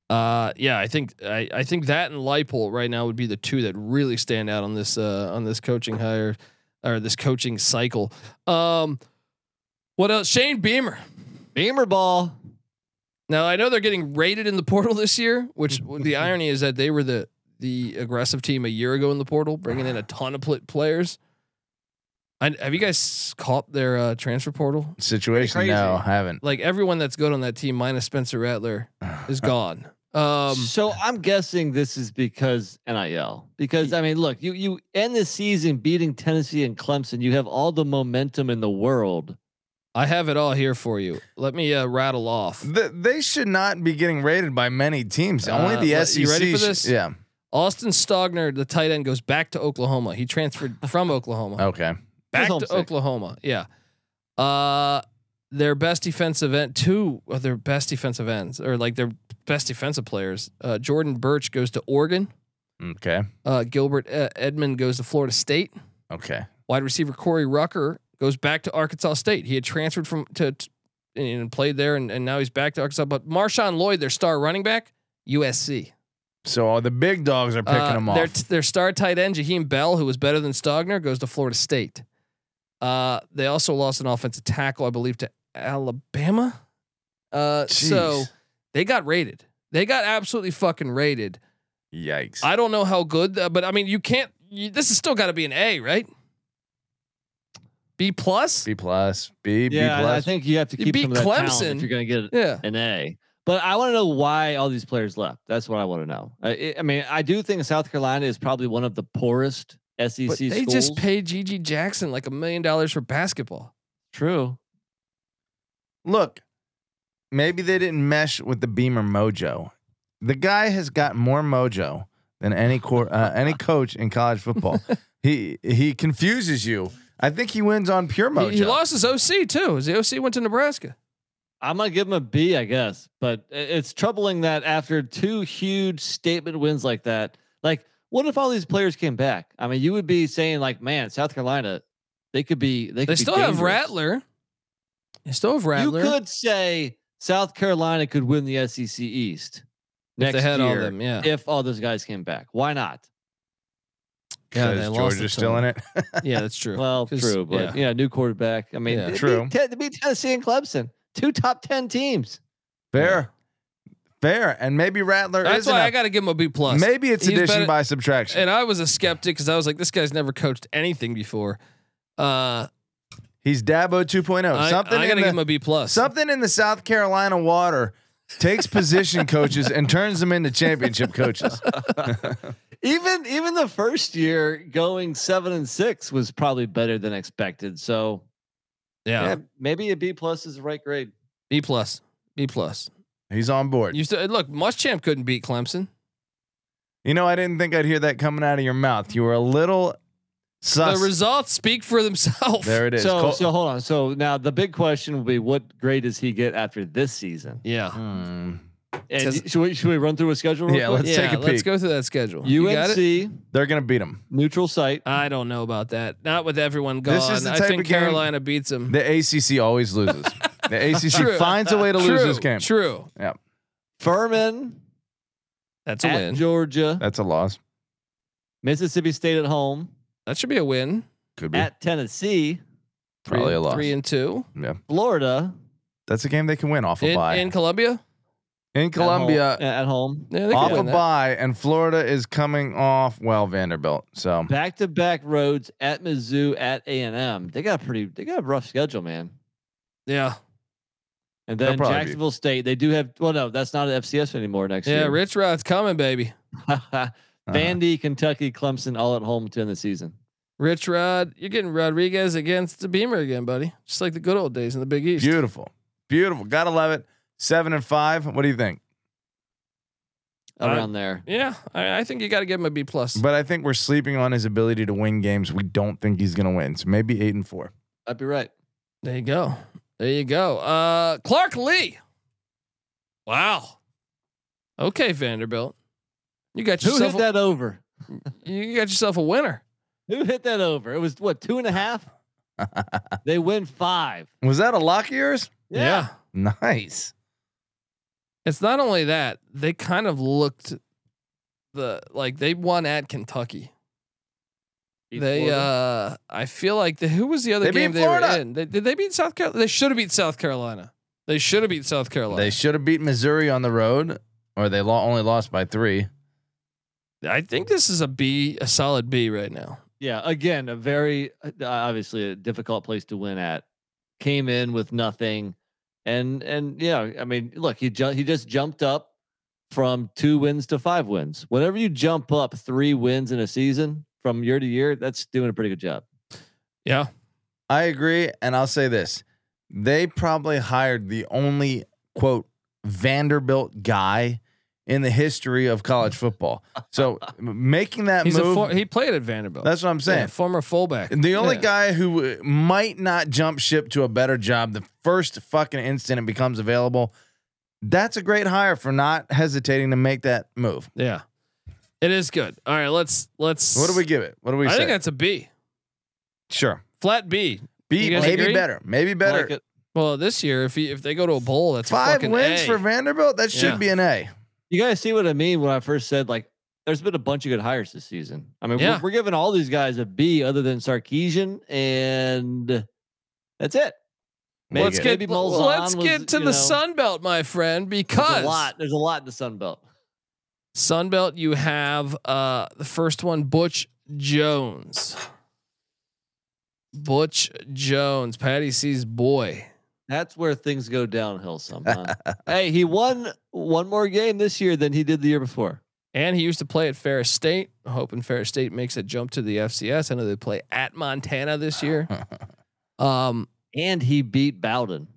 [SPEAKER 1] Uh, yeah, I think I, I think that and Leipold right now would be the two that really stand out on this uh, on this coaching hire or this coaching cycle. Um, what else? Shane Beamer.
[SPEAKER 3] Beamer ball.
[SPEAKER 1] Now I know they're getting rated in the portal this year, which the irony is that they were the the aggressive team a year ago in the portal, bringing in a ton of pl- players. I, have you guys caught their uh, transfer portal?
[SPEAKER 4] Situation?
[SPEAKER 3] Pretty crazy.
[SPEAKER 4] No, haven't.
[SPEAKER 1] Like everyone that's good on that team, minus Spencer Rattler, is gone. Um,
[SPEAKER 3] so I'm guessing this is because NIL. Because I mean, look, you you end the season beating Tennessee and Clemson. You have all the momentum in the world.
[SPEAKER 1] I have it all here for you. Let me uh, rattle off.
[SPEAKER 4] Th- they should not be getting rated by many teams. Only
[SPEAKER 1] Uh,
[SPEAKER 4] the
[SPEAKER 1] let-
[SPEAKER 4] SEC.
[SPEAKER 1] you ready for
[SPEAKER 4] sh-
[SPEAKER 1] this?
[SPEAKER 4] yeah.
[SPEAKER 1] Austin Stogner, the tight end, goes back to Oklahoma. He transferred from Oklahoma
[SPEAKER 4] Okay.
[SPEAKER 1] back to
[SPEAKER 3] homesick.
[SPEAKER 1] Oklahoma. Yeah. Uh, their best defensive end, two of their best defensive ends, or like their best defensive players. Uh, Jordan Birch goes to Oregon.
[SPEAKER 4] Okay.
[SPEAKER 1] Uh, Gilbert uh, Edmond goes to Florida State.
[SPEAKER 4] Okay.
[SPEAKER 1] Wide receiver Corey Rucker goes back to Arkansas State. He had transferred from to, to- and played there, and, and now he's back to Arkansas. But Marshawn Lloyd, their star running back, USC.
[SPEAKER 4] So all the big dogs are picking
[SPEAKER 1] Uh,
[SPEAKER 4] them
[SPEAKER 1] Their,
[SPEAKER 4] off.
[SPEAKER 1] their star tight end Jaheim Bell, who was better than Stogner, goes to Florida State. Uh, they also lost an offensive tackle, I believe, to Alabama. Uh, so
[SPEAKER 4] Jeez.
[SPEAKER 1] they got raided. They got absolutely fucking raided.
[SPEAKER 4] Yikes.
[SPEAKER 1] I don't know how good, uh, but I mean, you can't. You, this has still got to be an A, right? B plus.
[SPEAKER 4] B plus. B.
[SPEAKER 3] yeah,
[SPEAKER 4] B
[SPEAKER 3] I- I
[SPEAKER 4] plus.
[SPEAKER 3] think you have to
[SPEAKER 1] You
[SPEAKER 3] keep
[SPEAKER 1] beat
[SPEAKER 3] some of that talent
[SPEAKER 1] Clemson.
[SPEAKER 3] if you're going to get
[SPEAKER 1] Yeah.
[SPEAKER 3] an A. But I want to know why all these players left. That's what I want to know. I, I- I mean, I do think South Carolina is probably one of the poorest SEC
[SPEAKER 1] But they
[SPEAKER 3] schools.
[SPEAKER 1] just paid Gigi Jackson like a million dollars for basketball.
[SPEAKER 3] True.
[SPEAKER 4] Look, maybe they didn't mesh with the Beamer mojo. The guy has got more mojo than any cor- uh, any coach in college football. he he confuses you. I think he wins on pure mojo.
[SPEAKER 1] He, he lost his OC too. His OC went to Nebraska.
[SPEAKER 3] I'm gonna give him a B, I guess. But i- it's troubling that after two huge statement wins like that, like what if all these players came back? I mean, you would be saying like, man, South Carolina, they could be. They,
[SPEAKER 1] They
[SPEAKER 3] could be
[SPEAKER 1] still have
[SPEAKER 3] dangerous.
[SPEAKER 1] Rattler. They still have Rattler.
[SPEAKER 3] You could say South Carolina could win the SEC East
[SPEAKER 1] if
[SPEAKER 3] next
[SPEAKER 1] they had
[SPEAKER 3] year
[SPEAKER 1] all them, yeah.
[SPEAKER 3] if all those guys came back. Why not?
[SPEAKER 1] Yeah, they
[SPEAKER 4] Because
[SPEAKER 1] lost
[SPEAKER 4] Georgia's
[SPEAKER 1] it to
[SPEAKER 4] still in it.
[SPEAKER 1] yeah, that's true.
[SPEAKER 3] Well,
[SPEAKER 1] 'Cause-
[SPEAKER 3] true, but yeah. new quarterback. I mean,
[SPEAKER 1] Yeah.
[SPEAKER 3] they
[SPEAKER 4] True.
[SPEAKER 3] Beat, Ten- they beat Tennessee and Clemson, two top ten teams.
[SPEAKER 4] Fair, fair, and maybe Rattler
[SPEAKER 1] that's
[SPEAKER 4] is
[SPEAKER 1] why I
[SPEAKER 4] enough.
[SPEAKER 1] got to give him a B plus.
[SPEAKER 4] maybe it's
[SPEAKER 1] He's
[SPEAKER 4] addition
[SPEAKER 1] better-
[SPEAKER 4] by subtraction.
[SPEAKER 1] And I was a skeptic because I was like, this guy's never coached anything before. Uh,
[SPEAKER 4] He's Dabo 2.0.
[SPEAKER 1] I,
[SPEAKER 4] Oh, something
[SPEAKER 1] I
[SPEAKER 4] in
[SPEAKER 1] gotta
[SPEAKER 4] the,
[SPEAKER 1] give him a B plus.
[SPEAKER 4] something in the South Carolina water takes position coaches and turns them into championship coaches.
[SPEAKER 3] Even even the first year going seven and six was probably better than expected. So
[SPEAKER 1] yeah,
[SPEAKER 3] yeah, maybe a B plus is the right grade.
[SPEAKER 1] B plus, B plus.
[SPEAKER 4] He's on board.
[SPEAKER 1] You
[SPEAKER 4] You,
[SPEAKER 1] still look. Muschamp couldn't beat Clemson.
[SPEAKER 4] know, I didn't think I'd hear that coming out of your mouth. You were a little sus.
[SPEAKER 1] The results speak for themselves.
[SPEAKER 4] there it is.
[SPEAKER 3] So
[SPEAKER 4] Col-
[SPEAKER 3] so hold on. So now the big question will be what grade does he get after this season?
[SPEAKER 1] Yeah,
[SPEAKER 4] Hmm.
[SPEAKER 3] And
[SPEAKER 1] Says-
[SPEAKER 3] should we should we run through a schedule? real
[SPEAKER 4] Yeah,
[SPEAKER 3] quick?
[SPEAKER 4] Let's
[SPEAKER 1] yeah.
[SPEAKER 4] take a
[SPEAKER 1] Let's
[SPEAKER 4] peek.
[SPEAKER 1] go through that schedule. You got it? Uh,
[SPEAKER 3] UNC
[SPEAKER 4] They're gonna beat him.
[SPEAKER 3] neutral site.
[SPEAKER 1] I don't know about that. Not with everyone gone.
[SPEAKER 4] This is the
[SPEAKER 1] I
[SPEAKER 4] type
[SPEAKER 1] think
[SPEAKER 4] of game-
[SPEAKER 1] Carolina beats them.
[SPEAKER 4] The ACC always loses. the ACC
[SPEAKER 1] True.
[SPEAKER 4] finds a way to
[SPEAKER 1] true,
[SPEAKER 4] lose this game.
[SPEAKER 1] True.
[SPEAKER 3] Furman
[SPEAKER 1] That's a
[SPEAKER 3] at
[SPEAKER 1] win.
[SPEAKER 3] Georgia.
[SPEAKER 4] That's a loss.
[SPEAKER 3] Mississippi State at home.
[SPEAKER 1] that should be a win.
[SPEAKER 4] Could be
[SPEAKER 3] At Tennessee.
[SPEAKER 1] Three
[SPEAKER 4] probably a
[SPEAKER 1] and-
[SPEAKER 4] loss.
[SPEAKER 1] Three and two
[SPEAKER 3] Florida.
[SPEAKER 4] That's a game they can win off a
[SPEAKER 1] in,
[SPEAKER 4] bye.
[SPEAKER 1] in Columbia.
[SPEAKER 4] in
[SPEAKER 3] at home-
[SPEAKER 4] Columbia
[SPEAKER 3] yeah, at home.
[SPEAKER 1] Yeah, they could
[SPEAKER 4] off
[SPEAKER 1] win
[SPEAKER 4] a
[SPEAKER 1] that.
[SPEAKER 4] bye, and Florida is coming off well Vanderbilt. So
[SPEAKER 3] Back to back roads at Mizzou at A and M. They got a pretty they got a rough schedule, man.
[SPEAKER 1] Yeah.
[SPEAKER 3] And
[SPEAKER 4] They'll
[SPEAKER 3] then
[SPEAKER 4] probably be-
[SPEAKER 3] Jacksonville State, they do have well no, that's not an FCS anymore next
[SPEAKER 1] Yeah.
[SPEAKER 3] year.
[SPEAKER 1] Rich Rod's coming, baby.
[SPEAKER 3] Yeah,
[SPEAKER 4] uh,
[SPEAKER 3] Vandy, Kentucky, Clemson all at home to end the season.
[SPEAKER 1] Rich Rod, you're getting Rodriguez against the Beamer again, buddy. Just like the good old days in the Big East.
[SPEAKER 4] beautiful, beautiful. Gotta love it. Seven and five. What do you think?
[SPEAKER 1] Uh,
[SPEAKER 3] Around there.
[SPEAKER 1] Yeah, I, I think you got to give him a B plus.
[SPEAKER 4] But I think we're sleeping on his ability to win games. We don't think he's gonna win. So maybe eight and four.
[SPEAKER 3] I'd be right.
[SPEAKER 1] There you go. There you go. Uh, Clark Lee. Wow. Okay, Vanderbilt. You got
[SPEAKER 3] Who
[SPEAKER 1] yourself
[SPEAKER 3] hit that over?
[SPEAKER 1] a, you got yourself a winner.
[SPEAKER 3] Who hit that over? It was what, two and a half? they win five.
[SPEAKER 4] Was that a lock of yours?
[SPEAKER 3] Yeah.
[SPEAKER 4] Nice.
[SPEAKER 1] It's not only that, they kind of looked the like they won at Kentucky.
[SPEAKER 3] Beat
[SPEAKER 1] they
[SPEAKER 3] Florida.
[SPEAKER 1] uh I feel like the, who was the other
[SPEAKER 4] They beat
[SPEAKER 1] game they
[SPEAKER 4] Florida.
[SPEAKER 1] were in? They, did they beat South Carolina? They should have beat South Carolina. They should have beat South Carolina.
[SPEAKER 4] They should have beat Missouri on the road, or they lo- only lost by three.
[SPEAKER 1] I think this is a B, a solid B right now.
[SPEAKER 3] Yeah, again, a very uh, obviously a difficult place to win at. Came in with nothing, and and yeah, I mean, look, he ju- he just jumped up from two wins to five wins. Whenever you jump up three wins in a season from year to year, that's doing a pretty good job.
[SPEAKER 1] Yeah.
[SPEAKER 4] I agree, and I'll say this: they probably hired the only quote Vanderbilt guy in the history of college football. So m- making that
[SPEAKER 1] He's a
[SPEAKER 4] move,
[SPEAKER 1] for, he played at Vanderbilt.
[SPEAKER 4] that's what I'm
[SPEAKER 1] Yeah,
[SPEAKER 4] saying.
[SPEAKER 1] former fullback.
[SPEAKER 4] The only
[SPEAKER 1] Yeah.
[SPEAKER 4] guy who uh, might not jump ship to a better job the first fucking instant it becomes available. That's a great hire for not hesitating to make that move.
[SPEAKER 1] Yeah. It is good. All right, let's let's
[SPEAKER 4] What do we give it? What do we
[SPEAKER 1] I
[SPEAKER 4] say?
[SPEAKER 1] think that's a B.
[SPEAKER 4] sure.
[SPEAKER 1] Flat B.
[SPEAKER 4] Be
[SPEAKER 1] You guys
[SPEAKER 4] maybe
[SPEAKER 1] agree?
[SPEAKER 4] better. Maybe
[SPEAKER 3] I
[SPEAKER 4] better.
[SPEAKER 3] like uh, it.
[SPEAKER 1] Well, this year if he, if they go to a bowl, that's a
[SPEAKER 4] Five
[SPEAKER 1] fucking
[SPEAKER 4] wins
[SPEAKER 1] A.
[SPEAKER 4] for Vanderbilt. That should
[SPEAKER 1] Yeah.
[SPEAKER 4] be an A.
[SPEAKER 3] You guys see what I mean when I first said like, there's been a bunch of good hires this season. I mean,
[SPEAKER 1] Yeah.
[SPEAKER 3] we're, we're giving all these guys a B, other than Sarkeesian, and that's it.
[SPEAKER 1] Well, Let's
[SPEAKER 4] Maybe.
[SPEAKER 1] get
[SPEAKER 3] Maybe
[SPEAKER 1] well,
[SPEAKER 3] Malzahn
[SPEAKER 1] let's
[SPEAKER 3] was,
[SPEAKER 1] get to
[SPEAKER 3] you
[SPEAKER 1] the
[SPEAKER 3] know,
[SPEAKER 1] Sun Belt, my friend,
[SPEAKER 3] There's a
[SPEAKER 1] because
[SPEAKER 3] lot. There's a lot in the Sun Belt.
[SPEAKER 1] Sun Belt, you have uh the first one, Butch Jones. Butch Jones, Patty C's boy.
[SPEAKER 3] That's where things go downhill sometimes. hey, he won one more game this year than he did the year before.
[SPEAKER 1] And he used to play at Ferris State. Hoping Ferris State makes a jump to the FCS. I know they play at Montana this year. Um,
[SPEAKER 3] And he beat Bowden.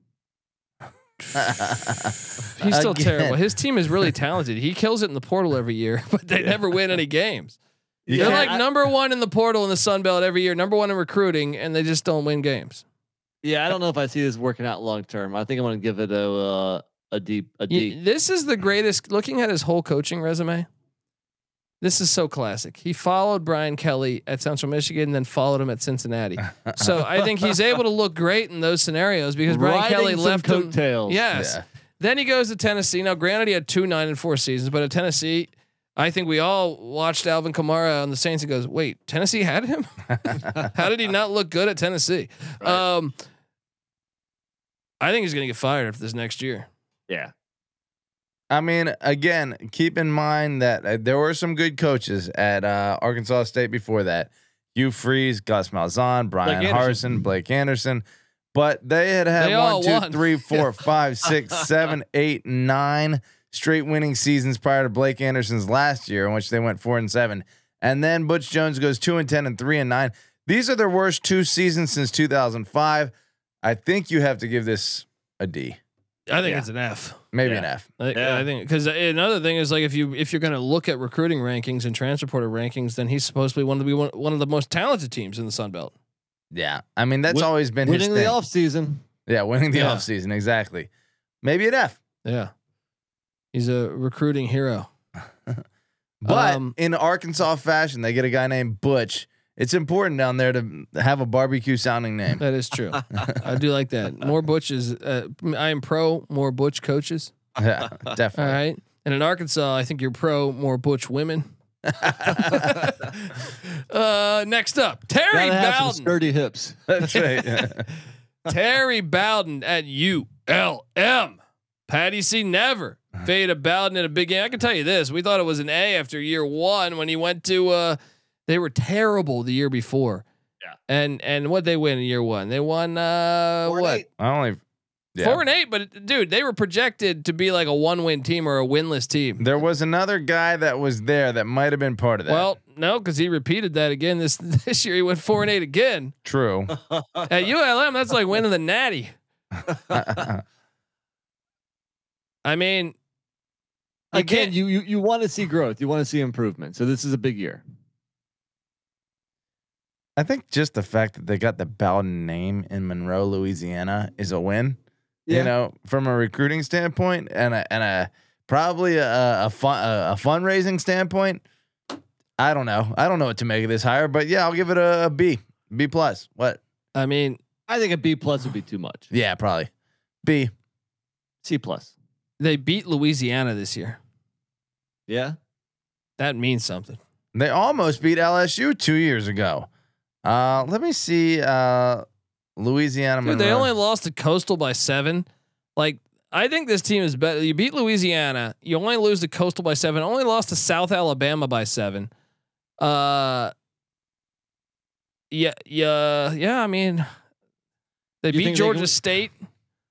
[SPEAKER 1] He's still
[SPEAKER 4] Again.
[SPEAKER 1] terrible. His team is really talented. He kills it in the portal every year, but they
[SPEAKER 4] Yeah.
[SPEAKER 1] never win any games.
[SPEAKER 4] You
[SPEAKER 1] They're
[SPEAKER 4] can't-
[SPEAKER 1] like
[SPEAKER 3] I-
[SPEAKER 1] number one in the portal in the Sun Belt every year, number one in recruiting, and they just don't win games.
[SPEAKER 3] Yeah, I don't know if I see this working out long term. I think I'm gonna give it a uh, a deep a
[SPEAKER 1] Y-
[SPEAKER 3] D.
[SPEAKER 1] This is the greatest. Looking at his whole coaching resume, this is so classic. He followed Brian Kelly at Central Michigan, then followed him at Cincinnati. So I think he's able to look great in those scenarios because Brian
[SPEAKER 3] Riding
[SPEAKER 1] Kelly
[SPEAKER 3] some
[SPEAKER 1] left him.
[SPEAKER 3] coattails.
[SPEAKER 1] Yes.
[SPEAKER 4] Yeah.
[SPEAKER 1] Then he goes to Tennessee. Now, granted, he had two nine and four seasons, but at Tennessee, I think we all watched Alvin Kamara on the Saints and goes, "Wait, Tennessee had him? How did he not look good at Tennessee?"
[SPEAKER 3] Right.
[SPEAKER 1] Um, I think he's going to get fired after this next year.
[SPEAKER 3] Yeah.
[SPEAKER 4] I mean, again, keep in mind that uh, there were some good coaches at uh, Arkansas State before that. Hugh Freeze, Gus Malzahn, Brian
[SPEAKER 3] Anderson.
[SPEAKER 4] Harson, Blake Anderson, but they had had
[SPEAKER 1] They all
[SPEAKER 4] one, two,
[SPEAKER 1] won.
[SPEAKER 4] three, four, five, six, seven, eight, nine straight winning seasons prior to Blake Anderson's last year, in which they went four and seven, and then Butch Jones goes two and ten and three and nine. These are their worst two seasons since 2005. I think you have to give this a D,
[SPEAKER 1] I think
[SPEAKER 3] Yeah.
[SPEAKER 1] it's an F.
[SPEAKER 4] maybe
[SPEAKER 3] Yeah.
[SPEAKER 4] an F.
[SPEAKER 1] I, think-
[SPEAKER 3] Yeah.
[SPEAKER 1] I think because another thing is like if you if you're going to look at recruiting rankings and transfer portal rankings, then he's supposed to be one of the one, one of the most talented teams in the Sun Belt.
[SPEAKER 4] Yeah, I mean that's
[SPEAKER 3] Win-
[SPEAKER 4] always been his
[SPEAKER 3] Winning the
[SPEAKER 4] thing.
[SPEAKER 3] offseason.
[SPEAKER 4] Yeah, winning the
[SPEAKER 1] Yeah.
[SPEAKER 4] off offseason, exactly. Maybe an F.
[SPEAKER 1] Yeah, he's a recruiting hero.
[SPEAKER 4] But
[SPEAKER 1] Um,
[SPEAKER 4] in Arkansas fashion, they get a guy named Butch. It's important down there to have a barbecue sounding name.
[SPEAKER 1] That is true. I do like that. More butches. Uh, I am pro more butch coaches.
[SPEAKER 4] yeah,
[SPEAKER 1] All
[SPEAKER 4] definitely.
[SPEAKER 1] right. And in Arkansas, I think you're pro more butch women. uh, next up, Terry
[SPEAKER 3] Gotta have some
[SPEAKER 1] Bowden.
[SPEAKER 3] sturdy hips.
[SPEAKER 4] That's right.
[SPEAKER 1] Terry Bowden at ULM. Patty C. Never
[SPEAKER 4] Uh-huh.
[SPEAKER 1] Fade of Bowden in a big game. I can tell you this. We thought it was an A after year one when he went to uh they were terrible the year before.
[SPEAKER 3] Yeah.
[SPEAKER 1] And and what they win in year one? They won uh
[SPEAKER 3] Four and
[SPEAKER 1] what?
[SPEAKER 3] eight.
[SPEAKER 4] I only yeah.
[SPEAKER 1] Four and eight, but dude, they were projected to be like a one win team or a winless team.
[SPEAKER 4] There was another guy that was there that might have been part of that.
[SPEAKER 1] Well, no, because he repeated that again this this year. He went four and eight again.
[SPEAKER 4] true.
[SPEAKER 1] At ULM, that's like winning the natty. I mean, You
[SPEAKER 3] Again,
[SPEAKER 1] can't-
[SPEAKER 3] you you, you want to see growth. You want to see improvement. So this is a big year.
[SPEAKER 4] I think just the fact that they got the Bowden name in Monroe, Louisiana, is a win. You know, from a recruiting standpoint and a and a probably a a, fun, a, a fundraising standpoint. I don't know. I don't know what to make of this hire, but yeah, I'll give it a, a B, B plus. What?
[SPEAKER 1] I mean,
[SPEAKER 3] I think a B plus would be too much.
[SPEAKER 4] Yeah, probably B.
[SPEAKER 3] C plus.
[SPEAKER 1] they beat Louisiana this year.
[SPEAKER 3] Yeah.
[SPEAKER 1] That means something.
[SPEAKER 4] They almost beat LSU two years ago. Uh, let me see. Uh, Louisiana.
[SPEAKER 1] Dude, they
[SPEAKER 4] Monroe.
[SPEAKER 1] only lost to Coastal by seven. Like, I think this team is better. You beat Louisiana. You only lose to Coastal by seven. Only lost to South Alabama by seven. Uh, yeah, yeah, yeah. I mean, they
[SPEAKER 3] You think they
[SPEAKER 1] beat
[SPEAKER 3] can
[SPEAKER 1] Georgia
[SPEAKER 3] win?
[SPEAKER 1] State.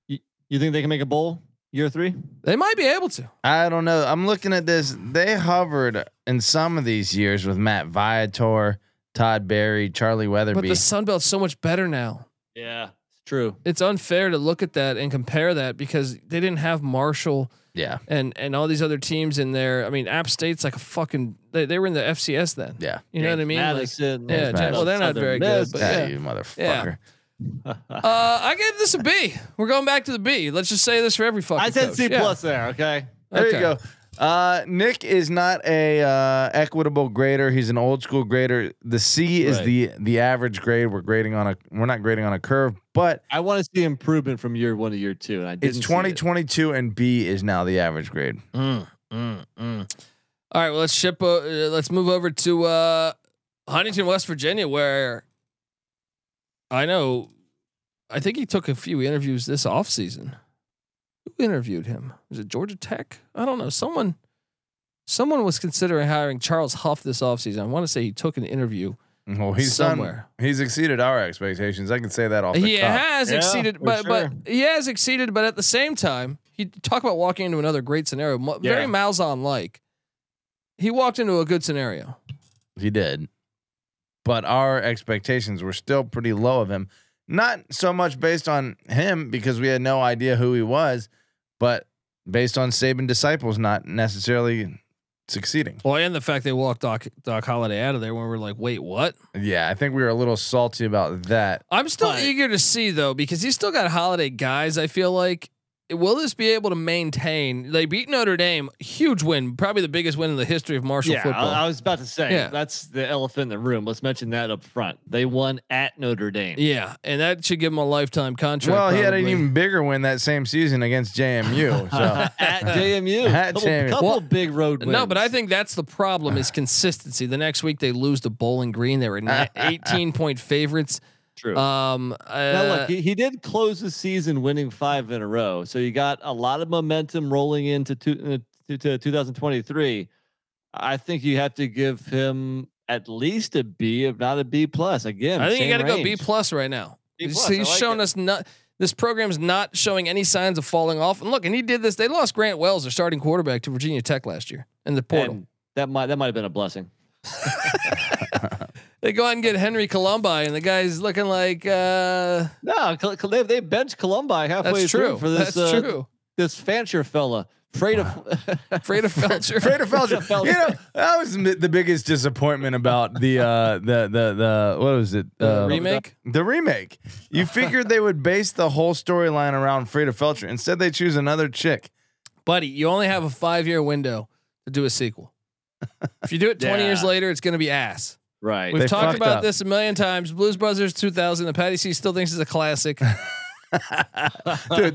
[SPEAKER 3] You think they can make a bowl year three?
[SPEAKER 1] They might be able to.
[SPEAKER 4] I don't know. I'm looking at this. They hovered in some of these years with Matt Viator, Todd Berry, Charlie
[SPEAKER 1] But
[SPEAKER 4] Weatherby.
[SPEAKER 1] the Sun Belt's so much better now.
[SPEAKER 3] Yeah, it's true.
[SPEAKER 1] It's unfair to look at that and compare that because they didn't have Marshall
[SPEAKER 4] yeah,
[SPEAKER 1] and and all these other teams in there. I mean, App State's like a fucking. They, they were in the FCS then.
[SPEAKER 4] yeah.
[SPEAKER 1] You know what I mean? Like-
[SPEAKER 3] Madison,
[SPEAKER 1] yeah,
[SPEAKER 3] James
[SPEAKER 4] well,
[SPEAKER 1] they're not
[SPEAKER 3] Southern
[SPEAKER 1] very good,
[SPEAKER 3] Miss.
[SPEAKER 1] but
[SPEAKER 4] Yeah,
[SPEAKER 1] yeah.
[SPEAKER 4] you motherfucker.
[SPEAKER 1] Uh, I gave this a B. We're going back to the B. Let's just say this for every fucking.
[SPEAKER 3] I said
[SPEAKER 1] coach.
[SPEAKER 3] C
[SPEAKER 1] Yeah.
[SPEAKER 3] plus there. Okay.
[SPEAKER 4] There
[SPEAKER 1] Okay.
[SPEAKER 4] you go. Uh, Nick is not a uh, equitable grader. He's an old school grader. The C is
[SPEAKER 3] Right.
[SPEAKER 4] the the average grade. We're grading on a we're not grading on a curve, but
[SPEAKER 3] I want to see improvement from year one to year two, and I didn't.
[SPEAKER 4] it's
[SPEAKER 3] see it.
[SPEAKER 4] 2022 and B is now the average grade.
[SPEAKER 1] Mm, mm, mm. All right, well, let's ship. O- uh, let's move over to uh, Huntington, West Virginia, where I know. I think he took a few interviews this offseason. Who interviewed him? Was it Georgia Tech? I don't know. Someone, someone was considering hiring Charles Huff this offseason. I want to say he took an interview.
[SPEAKER 4] Well, he's
[SPEAKER 1] Somewhere.
[SPEAKER 4] done. He's exceeded our expectations. I can say that off the
[SPEAKER 1] he
[SPEAKER 4] top.
[SPEAKER 1] has
[SPEAKER 3] Yeah,
[SPEAKER 1] exceeded,
[SPEAKER 3] for
[SPEAKER 1] but
[SPEAKER 3] sure.
[SPEAKER 1] but he has exceeded. But at the same time, he talk about walking into another great scenario, mu- very
[SPEAKER 3] Yeah.
[SPEAKER 1] Malzahn like. He walked into a good scenario.
[SPEAKER 4] He did. But our expectations were still pretty low of him. Not so much based on him because we had no idea who he was, but based on Saban disciples not necessarily succeeding.
[SPEAKER 1] Well, and the fact they walked Doc Doc Holiday out of there when we were like, wait, what?
[SPEAKER 4] Yeah, I think we were a little salty about that.
[SPEAKER 1] I'm still
[SPEAKER 3] But-
[SPEAKER 1] eager to see though because he's still got Holiday guys. I feel like will this be able to maintain? They beat Notre Dame, huge win, probably the biggest win in the history of Marshall
[SPEAKER 3] Yeah,
[SPEAKER 1] football.
[SPEAKER 3] I, I was about to say
[SPEAKER 1] Yeah.
[SPEAKER 3] that's the elephant in the room. Let's mention that up front. They won at Notre Dame.
[SPEAKER 1] yeah, and that should give him a lifetime contract.
[SPEAKER 4] well, he had an
[SPEAKER 1] probably.
[SPEAKER 4] even bigger win that same season against JMU. So
[SPEAKER 3] at JMU,
[SPEAKER 4] At
[SPEAKER 3] couple,
[SPEAKER 4] JMU.
[SPEAKER 3] couple
[SPEAKER 1] Well,
[SPEAKER 3] big road wins.
[SPEAKER 1] No, but I think that's the problem is consistency. The next week they lose to Bowling Green. They were ni- 18 point favorites.
[SPEAKER 3] true.
[SPEAKER 1] Um, uh,
[SPEAKER 3] now look, he, he did close the season winning five in a row, so you got a lot of momentum rolling into two, to, to 2023. I think you have to give him at least a B, if not a B plus. Again,
[SPEAKER 1] I think you
[SPEAKER 3] got to
[SPEAKER 1] go B plus right now.
[SPEAKER 3] B
[SPEAKER 1] he's
[SPEAKER 3] plus, I
[SPEAKER 1] he's
[SPEAKER 3] like
[SPEAKER 1] shown
[SPEAKER 3] it.
[SPEAKER 1] us not this program's not showing any signs of falling off. And look, and he did this. They lost Grant Wells, their starting quarterback, to Virginia Tech last year in the portal.
[SPEAKER 3] And that might that might have been a blessing.
[SPEAKER 1] they go out and get Henry Columbi, and the guy's looking like uh,
[SPEAKER 3] No, Col- Col- they they benched Columbi halfway
[SPEAKER 1] that's
[SPEAKER 3] through
[SPEAKER 1] true.
[SPEAKER 3] for this
[SPEAKER 1] that's
[SPEAKER 3] uh,
[SPEAKER 1] true.
[SPEAKER 3] this Fancher fella, afraid of
[SPEAKER 1] Freda Felcher.
[SPEAKER 4] Trader Felger, you know that was mi- the biggest disappointment about the uh, the the the what was it
[SPEAKER 1] Uh,
[SPEAKER 4] Um,
[SPEAKER 1] remake.
[SPEAKER 4] The remake. You figured they would base the whole storyline around Freda Felcher. Instead, they choose another chick.
[SPEAKER 1] buddy, you only have a five year window to do a sequel. If you do it 20 years
[SPEAKER 3] Yeah.
[SPEAKER 1] later, it's going to be ass.
[SPEAKER 3] right.
[SPEAKER 1] We've
[SPEAKER 4] They
[SPEAKER 1] talked
[SPEAKER 4] fucked
[SPEAKER 1] about
[SPEAKER 4] up.
[SPEAKER 1] this a million times. Blues Brothers 2000. The Patty C still thinks it's a classic.
[SPEAKER 4] Dude,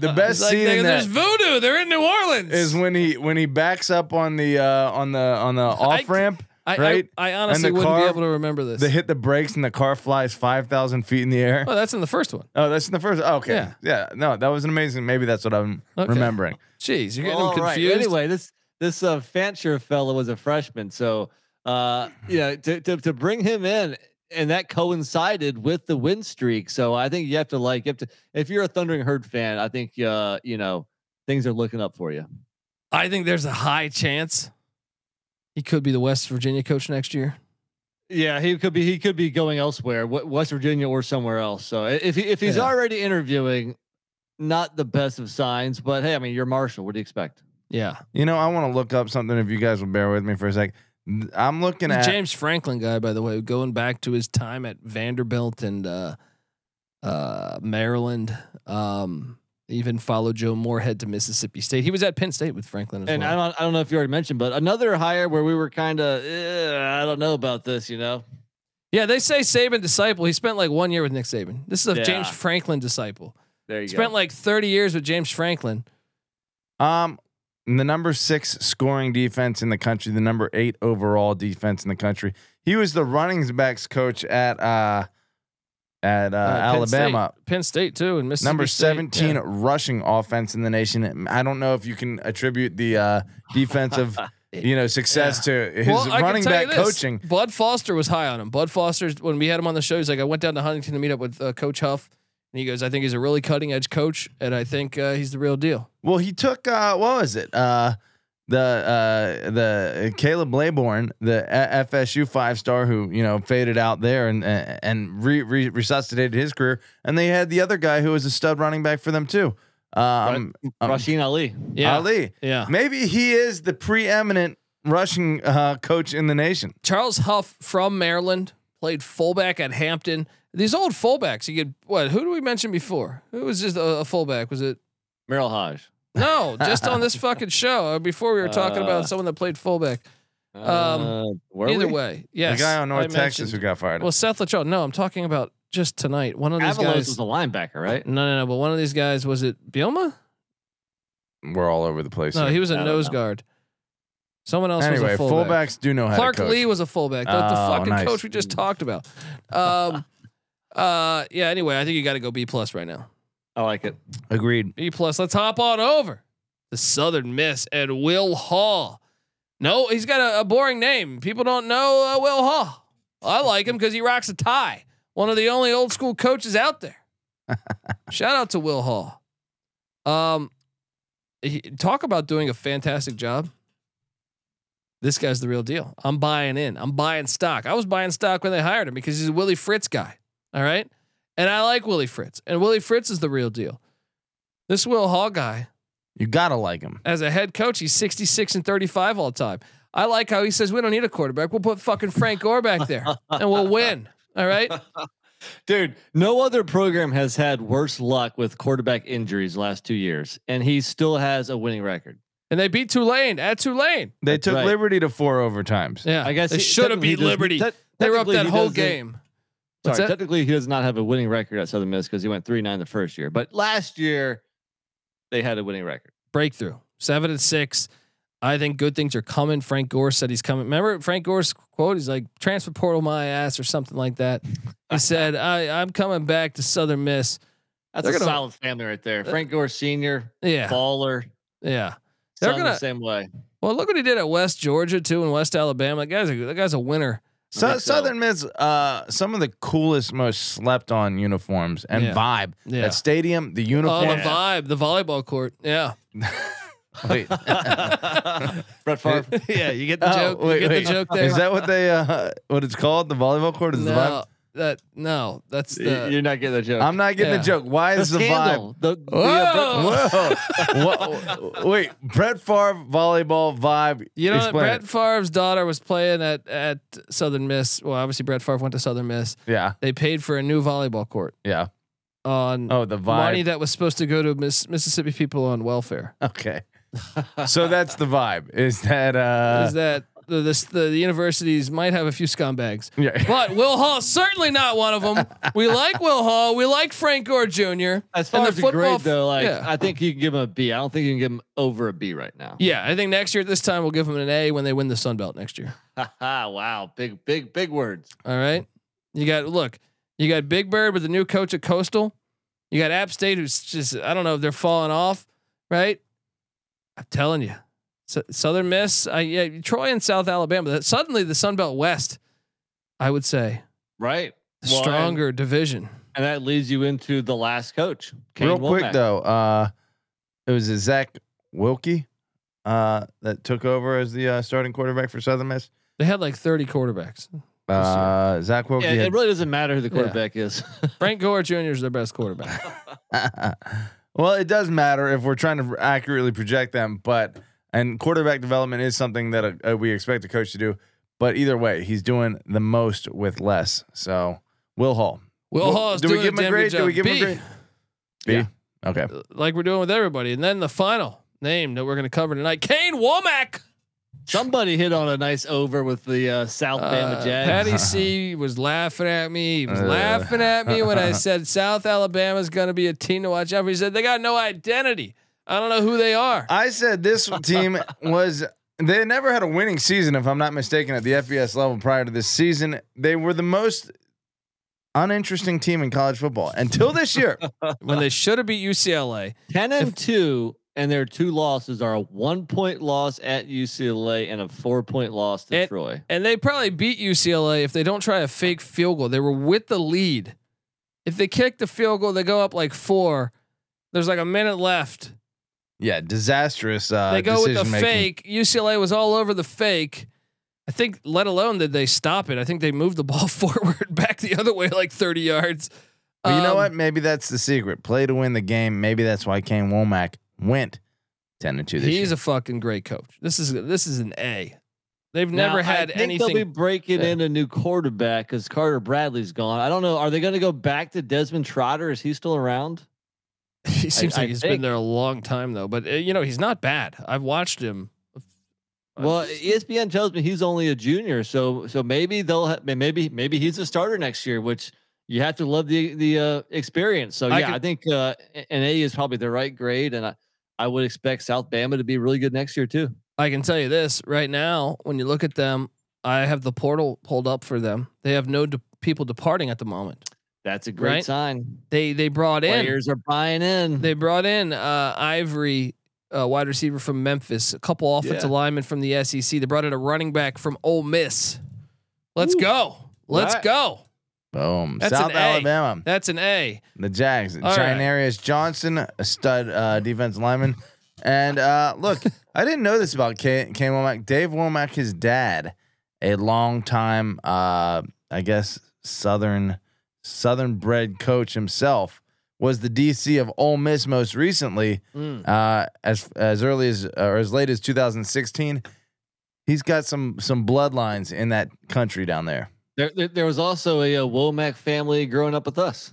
[SPEAKER 4] the best
[SPEAKER 1] It's like
[SPEAKER 4] scene
[SPEAKER 1] they-
[SPEAKER 4] in
[SPEAKER 1] there's
[SPEAKER 4] that
[SPEAKER 1] voodoo. They're in New Orleans.
[SPEAKER 4] is when he when he backs up on the uh, on the on the off ramp.
[SPEAKER 1] I I,
[SPEAKER 4] Right?
[SPEAKER 1] I, I honestly
[SPEAKER 4] the
[SPEAKER 1] wouldn't be
[SPEAKER 4] car-
[SPEAKER 1] able to remember this.
[SPEAKER 4] They hit the brakes and the car flies five thousand feet in the air.
[SPEAKER 1] oh, that's in the first one.
[SPEAKER 4] Oh, that's in the first. oh, okay,
[SPEAKER 1] Yeah.
[SPEAKER 4] yeah. no, that was an amazing. Maybe that's what I'm
[SPEAKER 1] Okay.
[SPEAKER 4] remembering.
[SPEAKER 1] Jeez, you're getting
[SPEAKER 3] Well,
[SPEAKER 1] them
[SPEAKER 3] all right.
[SPEAKER 1] confused.
[SPEAKER 3] Anyway, this this uh, Fancher fellow was a freshman, so uh, you know to, to to bring him in, and that coincided with the win streak. So I think you have to like you have to if you're a Thundering Herd fan, I think uh, you know things are looking up for you.
[SPEAKER 1] I think there's a high chance he could be the West Virginia coach next year.
[SPEAKER 3] Yeah, he could be he could be going elsewhere, Wh- West Virginia or somewhere else. So i- if he, if he's
[SPEAKER 1] Yeah.
[SPEAKER 3] already interviewing, not the best of signs. But hey, I mean you're Marshall. What do you expect?
[SPEAKER 1] Yeah,
[SPEAKER 4] You know, I want to look up something. If you guys will bear with me for a sec, Th- I'm looking at.
[SPEAKER 1] James Franklin guy, by the way, going back to his time at Vanderbilt and uh, uh, Maryland. Um, even followed Joe Moorhead to Mississippi State. He was at Penn State with Franklin as
[SPEAKER 3] And I
[SPEAKER 1] well.
[SPEAKER 3] don't I don't know if you already mentioned, but another hire where we were kind of I don't know about this. You know.
[SPEAKER 1] yeah, they say Saban disciple. He spent like one year with Nick Saban. This is a
[SPEAKER 3] Yeah.
[SPEAKER 1] James Franklin disciple.
[SPEAKER 3] There you
[SPEAKER 1] Spent like 30 years with James Franklin.
[SPEAKER 4] Um, the number six scoring defense in the country, the number eight overall defense in the country. He was the running backs coach at uh at uh,
[SPEAKER 1] Penn State-
[SPEAKER 4] Alabama.
[SPEAKER 1] Penn State too, and Mississippi
[SPEAKER 4] Number
[SPEAKER 1] State.
[SPEAKER 4] 17
[SPEAKER 1] Yeah.
[SPEAKER 4] rushing offense in the nation. I don't know if you can attribute the uh, defensive, you know, success to his
[SPEAKER 1] Well, I can
[SPEAKER 4] running
[SPEAKER 1] tell you
[SPEAKER 4] back
[SPEAKER 1] this.
[SPEAKER 4] coaching.
[SPEAKER 1] Bud Foster was high on him. Bud Foster's when we had him on the show, he's like, I went down to Huntington to meet up with uh, Coach Huff, and he goes, I think he's a really cutting edge coach, and I think uh, he's the real deal.
[SPEAKER 4] Well, he took uh, what was it? Uh, the uh, the Caleb Laybourne, the A- FSU five star who you know faded out there and and re- re- resuscitated his career, and they had the other guy who was a stud running back for them too. Um, um,
[SPEAKER 3] Rasheen Ali.
[SPEAKER 1] Yeah,
[SPEAKER 4] Ali.
[SPEAKER 1] yeah.
[SPEAKER 4] Maybe he is the preeminent rushing uh, coach in the nation.
[SPEAKER 1] Charles Huff from Maryland played fullback at Hampton. These old fullbacks, you get what? Who did we mention before? Who was just a, a fullback? Was it?
[SPEAKER 3] Merrill Hodge.
[SPEAKER 1] No, just on this fucking show. uh, Before we were talking
[SPEAKER 3] Uh,
[SPEAKER 1] about someone that played fullback.
[SPEAKER 3] uh, were
[SPEAKER 1] Um, Either
[SPEAKER 3] we?
[SPEAKER 1] way, yes.
[SPEAKER 4] the guy on
[SPEAKER 1] I
[SPEAKER 4] North Texas
[SPEAKER 1] mentioned-
[SPEAKER 4] who got fired.
[SPEAKER 1] Well, Seth Lachon. No, I'm talking about just tonight. One of these
[SPEAKER 3] Avalos
[SPEAKER 1] guys
[SPEAKER 3] was a linebacker, right?
[SPEAKER 1] No, no, no. But one of these guys was it Bielma?
[SPEAKER 4] We're all over the place.
[SPEAKER 1] No,
[SPEAKER 4] here.
[SPEAKER 1] he was
[SPEAKER 3] I
[SPEAKER 1] a
[SPEAKER 3] don't
[SPEAKER 1] nose
[SPEAKER 3] know.
[SPEAKER 1] guard. Someone else was
[SPEAKER 4] anyway,
[SPEAKER 1] a fullback.
[SPEAKER 4] fullbacks do know how
[SPEAKER 1] Clark
[SPEAKER 4] to coach.
[SPEAKER 1] Lee was a fullback. The, the
[SPEAKER 4] Oh,
[SPEAKER 1] fucking
[SPEAKER 4] nice.
[SPEAKER 1] coach we just talked about. Um, uh, yeah. Anyway, I think you got to go B plus right now.
[SPEAKER 3] I like it.
[SPEAKER 4] Agreed.
[SPEAKER 1] B E plus. Let's hop on over to Southern Miss and Will Hall. No, he's got a, a boring name. People don't know uh, Will Hall. I like him because he rocks a tie. One of the only old school coaches out there. Shout out to Will Hall. Um, he- talk about doing a fantastic job. This guy's the real deal. I'm buying in. I'm buying stock. I was buying stock when they hired him because he's a Willie Fritz guy. All right. And I like Willie Fritz. And Willie Fritz is the real deal. This Will Hall guy,
[SPEAKER 4] You gotta like him.
[SPEAKER 1] as a head coach, he's 66 and 35 all time. I like how he says, We don't need a quarterback. We'll put fucking Frank Gore back there and we'll win. All right.
[SPEAKER 3] Dude, no other program has had worse luck with quarterback injuries the last two years, and he still has a winning record.
[SPEAKER 1] And they beat Tulane at Tulane.
[SPEAKER 4] They
[SPEAKER 3] That's
[SPEAKER 4] took
[SPEAKER 3] right.
[SPEAKER 4] Liberty to four overtimes.
[SPEAKER 1] Yeah.
[SPEAKER 3] I guess
[SPEAKER 1] they
[SPEAKER 3] he-
[SPEAKER 1] should have
[SPEAKER 3] technically he
[SPEAKER 1] beat
[SPEAKER 3] does-
[SPEAKER 1] Liberty.
[SPEAKER 3] te-
[SPEAKER 1] they were up
[SPEAKER 3] technically
[SPEAKER 1] that
[SPEAKER 3] he
[SPEAKER 1] whole
[SPEAKER 3] doesn't-
[SPEAKER 1] game. What's
[SPEAKER 3] Sorry,
[SPEAKER 1] that?
[SPEAKER 3] technically he does not have a winning record at Southern Miss because he went three nine the first year, but last year they had a winning record.
[SPEAKER 1] breakthrough. Seven and six. I think good things are coming. Frank Gore said he's coming. Remember Frank Gore's quote? He's like, transfer portal my ass or something like that. He said, I, I'm coming back to Southern Miss.
[SPEAKER 3] That's
[SPEAKER 1] They're
[SPEAKER 3] a
[SPEAKER 1] gonna-
[SPEAKER 3] solid family right there. Frank Gore Senior,
[SPEAKER 1] Yeah.
[SPEAKER 3] baller,
[SPEAKER 1] Yeah. They're
[SPEAKER 3] son the
[SPEAKER 1] gonna-
[SPEAKER 3] same way.
[SPEAKER 1] Well, look what he did at West Georgia too and West Alabama. That guy's a, that guy's a winner.
[SPEAKER 4] So,
[SPEAKER 3] think so.
[SPEAKER 4] Southern Miss, uh, some of the coolest, most slept on uniforms and
[SPEAKER 1] Yeah.
[SPEAKER 4] vibe.
[SPEAKER 1] Yeah.
[SPEAKER 4] That stadium, the
[SPEAKER 1] oh,
[SPEAKER 4] uniform.
[SPEAKER 1] the vibe, the volleyball court. Yeah. Oh,
[SPEAKER 4] wait,
[SPEAKER 3] Brett Favre.
[SPEAKER 1] yeah, you get the
[SPEAKER 4] Oh,
[SPEAKER 1] joke.
[SPEAKER 4] wait,
[SPEAKER 1] you get
[SPEAKER 4] wait.
[SPEAKER 1] the joke there.
[SPEAKER 4] is that what they uh, what it's called? The volleyball court is the
[SPEAKER 1] no,
[SPEAKER 4] vibe.
[SPEAKER 1] that no, that's
[SPEAKER 3] Y-
[SPEAKER 1] the
[SPEAKER 3] You're not getting the joke.
[SPEAKER 4] I'm not getting
[SPEAKER 1] Yeah.
[SPEAKER 4] the joke. Why
[SPEAKER 3] the
[SPEAKER 4] is the, vibe?
[SPEAKER 3] scandal. The, the, uh, Brett
[SPEAKER 1] Whoa!
[SPEAKER 4] Whoa! Wha- Wait, Brett Favre volleyball vibe.
[SPEAKER 1] You know, that
[SPEAKER 4] Explain
[SPEAKER 1] Brett Favre's daughter was playing at at Southern Miss. Well, obviously Brett Favre went to Southern Miss.
[SPEAKER 4] it. Yeah,
[SPEAKER 1] They paid for a new volleyball court
[SPEAKER 4] yeah.
[SPEAKER 1] on
[SPEAKER 4] Oh, the vibe.
[SPEAKER 1] money that was supposed to go to Miss, Mississippi people on welfare.
[SPEAKER 4] Okay. So that's the vibe. Is that uh
[SPEAKER 1] Is that the, this, the the universities might have a few scumbags,
[SPEAKER 4] Yeah.
[SPEAKER 1] but Will Hall certainly not one of them. We like Will Hall. We like Frank Gore Jr.
[SPEAKER 3] As far
[SPEAKER 1] the
[SPEAKER 3] as the
[SPEAKER 1] football
[SPEAKER 3] grade,
[SPEAKER 1] f-
[SPEAKER 3] though, like
[SPEAKER 1] yeah.
[SPEAKER 3] I think you can give him a B. I don't think you can give him over a B right now.
[SPEAKER 1] Yeah, I think next year at this time we'll give him an A when they win the Sun Belt next year.
[SPEAKER 3] wow, big, big, big words.
[SPEAKER 1] All right. You got look, you got Big Bird with the new coach at Coastal. You got App State who's just I don't know if they're falling off, right? I'm telling you. So, Southern Miss, I yeah, Troy and South Alabama. That suddenly the Sun Belt West, I would say,
[SPEAKER 3] Right.
[SPEAKER 1] the
[SPEAKER 3] Well, and-
[SPEAKER 1] stronger division.
[SPEAKER 3] And that leads you into the last coach. Kane
[SPEAKER 4] Real
[SPEAKER 3] Womack.
[SPEAKER 4] quick though, uh, it was Zach Wilkie uh, that took over as the uh, starting quarterback for Southern Miss.
[SPEAKER 1] They had like 30 quarterbacks. Oh,
[SPEAKER 4] Uh, Zach Wilkie.
[SPEAKER 3] Yeah, it really doesn't matter who the
[SPEAKER 1] Yeah.
[SPEAKER 3] quarterback is.
[SPEAKER 1] Frank Gore Jr. is their best quarterback.
[SPEAKER 4] had- well, it does matter if we're trying to accurately project them, but and quarterback development is something that uh, we expect a coach to do. But either way, he's doing the most with less. So Will Hall.
[SPEAKER 1] Will
[SPEAKER 4] Well,
[SPEAKER 1] Hall is
[SPEAKER 4] do we
[SPEAKER 1] doing
[SPEAKER 4] give him a
[SPEAKER 1] damn
[SPEAKER 4] grade?
[SPEAKER 1] good
[SPEAKER 4] Do we
[SPEAKER 1] job.
[SPEAKER 4] give him a
[SPEAKER 1] B.
[SPEAKER 4] grade? B.
[SPEAKER 3] Yeah.
[SPEAKER 4] Okay.
[SPEAKER 1] Like we're doing with everybody. And then the final name that we're going to cover tonight, Kane Womack.
[SPEAKER 3] Somebody hit on a nice over with the uh, South Bama
[SPEAKER 1] Uh,
[SPEAKER 3] Jags.
[SPEAKER 1] Patty C was laughing at me. He was
[SPEAKER 4] Uh.
[SPEAKER 1] laughing at me when I said South Alabama's going to be a team to watch out for. He said they got no identity. I don't know who they are.
[SPEAKER 4] I said this team was. They never had a winning season, if I'm not mistaken, at the FBS level prior to this season. They were the most uninteresting team in college football until this year.
[SPEAKER 1] when they should have beat UCLA.
[SPEAKER 3] Ten and two, and their two losses are a one point loss at UCLA and a four point loss to
[SPEAKER 1] And-
[SPEAKER 3] Troy.
[SPEAKER 1] And they probably beat UCLA if they don't try a fake field goal. They were with the lead. If they kick the field goal, they go up like four. There's like a minute left.
[SPEAKER 4] yeah, disastrous. Uh,
[SPEAKER 1] they go with the
[SPEAKER 4] decision-making.
[SPEAKER 1] fake. UCLA was all over the fake. I think, let alone did they stop it. I think they moved the ball forward back the other way like 30 yards.
[SPEAKER 4] But you know
[SPEAKER 1] Um,
[SPEAKER 4] what? Maybe that's the secret. Play to win the game. Maybe that's why Kane Womack went ten and two this
[SPEAKER 1] He's
[SPEAKER 4] year.
[SPEAKER 1] a fucking great coach. This is this is an A. They've
[SPEAKER 3] Now,
[SPEAKER 1] never
[SPEAKER 3] I
[SPEAKER 1] had
[SPEAKER 3] think They'll be
[SPEAKER 1] anything.
[SPEAKER 3] breaking
[SPEAKER 1] Yeah.
[SPEAKER 3] in a new quarterback because Carter Bradley's gone. I don't know. Are they going to go back to Desmond Trotter? Is he still around?
[SPEAKER 1] he seems
[SPEAKER 3] I
[SPEAKER 1] like he's been
[SPEAKER 3] think.
[SPEAKER 1] there a long time though, but uh, you know he's not bad. I've watched him. Uh,
[SPEAKER 3] Well, E ESPN tells me he's only a junior, so so maybe they'll ha- maybe maybe he's a starter next year, which you have to love the the uh, experience. So
[SPEAKER 1] I
[SPEAKER 3] yeah, I,
[SPEAKER 1] could-
[SPEAKER 3] think uh, a- an A is probably the right grade, and I, I would expect South Bama to be really good next year too.
[SPEAKER 1] I can tell you this right now. When you look at them, I have the portal pulled up for them. They have no de- people departing at the moment.
[SPEAKER 3] That's a great
[SPEAKER 1] Right.
[SPEAKER 3] sign.
[SPEAKER 1] They they brought in
[SPEAKER 3] Players are buying in.
[SPEAKER 1] They brought in uh, Ivory, uh, wide receiver from Memphis, a couple offensive
[SPEAKER 3] Yeah.
[SPEAKER 1] linemen from the SEC. They brought in a running back from Ole Miss. Let's
[SPEAKER 3] Ooh.
[SPEAKER 1] go. Let's
[SPEAKER 3] Right.
[SPEAKER 1] go.
[SPEAKER 4] Boom.
[SPEAKER 1] That's
[SPEAKER 4] South
[SPEAKER 1] an A.
[SPEAKER 4] Alabama.
[SPEAKER 1] That's an A.
[SPEAKER 4] The Jags.
[SPEAKER 1] All right.
[SPEAKER 4] Chinarius Johnson, a stud uh, defense lineman. And uh, look, I didn't know this about Kane, Kane Womack. Dave Womack, his dad, a longtime, uh, I guess, Southern Southern bred coach himself, was the DC of Ole Miss most recently, uh, as as early as or as late as 2016. He's got some some bloodlines in that country down there.
[SPEAKER 3] There, there, there was also a, uh Womack family growing up with us.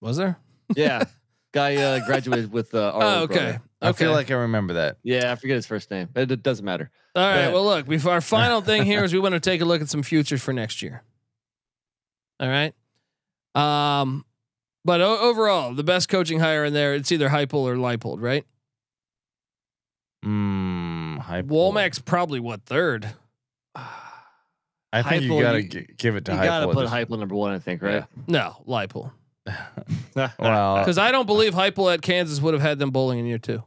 [SPEAKER 1] Was there?
[SPEAKER 3] Yeah, guy uh, graduated with uh, our.
[SPEAKER 1] Oh,
[SPEAKER 3] old
[SPEAKER 1] okay.
[SPEAKER 3] brother.
[SPEAKER 4] I
[SPEAKER 1] Okay.
[SPEAKER 4] feel like I remember that.
[SPEAKER 3] Yeah, I forget his first name. It, it doesn't matter.
[SPEAKER 1] All right.
[SPEAKER 3] Yeah.
[SPEAKER 1] Well, look, before our final thing here is we want to take a look at some futures for next year. All right. Um, but o- overall, the best coaching hire in there, it's either Heupel or Leipold, right?
[SPEAKER 4] Mm, high pull.
[SPEAKER 1] Womack's probably what third.
[SPEAKER 4] I think you
[SPEAKER 3] Heupel,
[SPEAKER 4] gotta
[SPEAKER 3] you-
[SPEAKER 4] gi- give it to
[SPEAKER 3] you gotta
[SPEAKER 4] Heupel. at
[SPEAKER 3] put
[SPEAKER 4] this-
[SPEAKER 3] Heupel number one, I think, right?
[SPEAKER 1] No, Leipold.
[SPEAKER 4] well,
[SPEAKER 1] Because I don't believe Heupel at Kansas would have had them bowling in year two.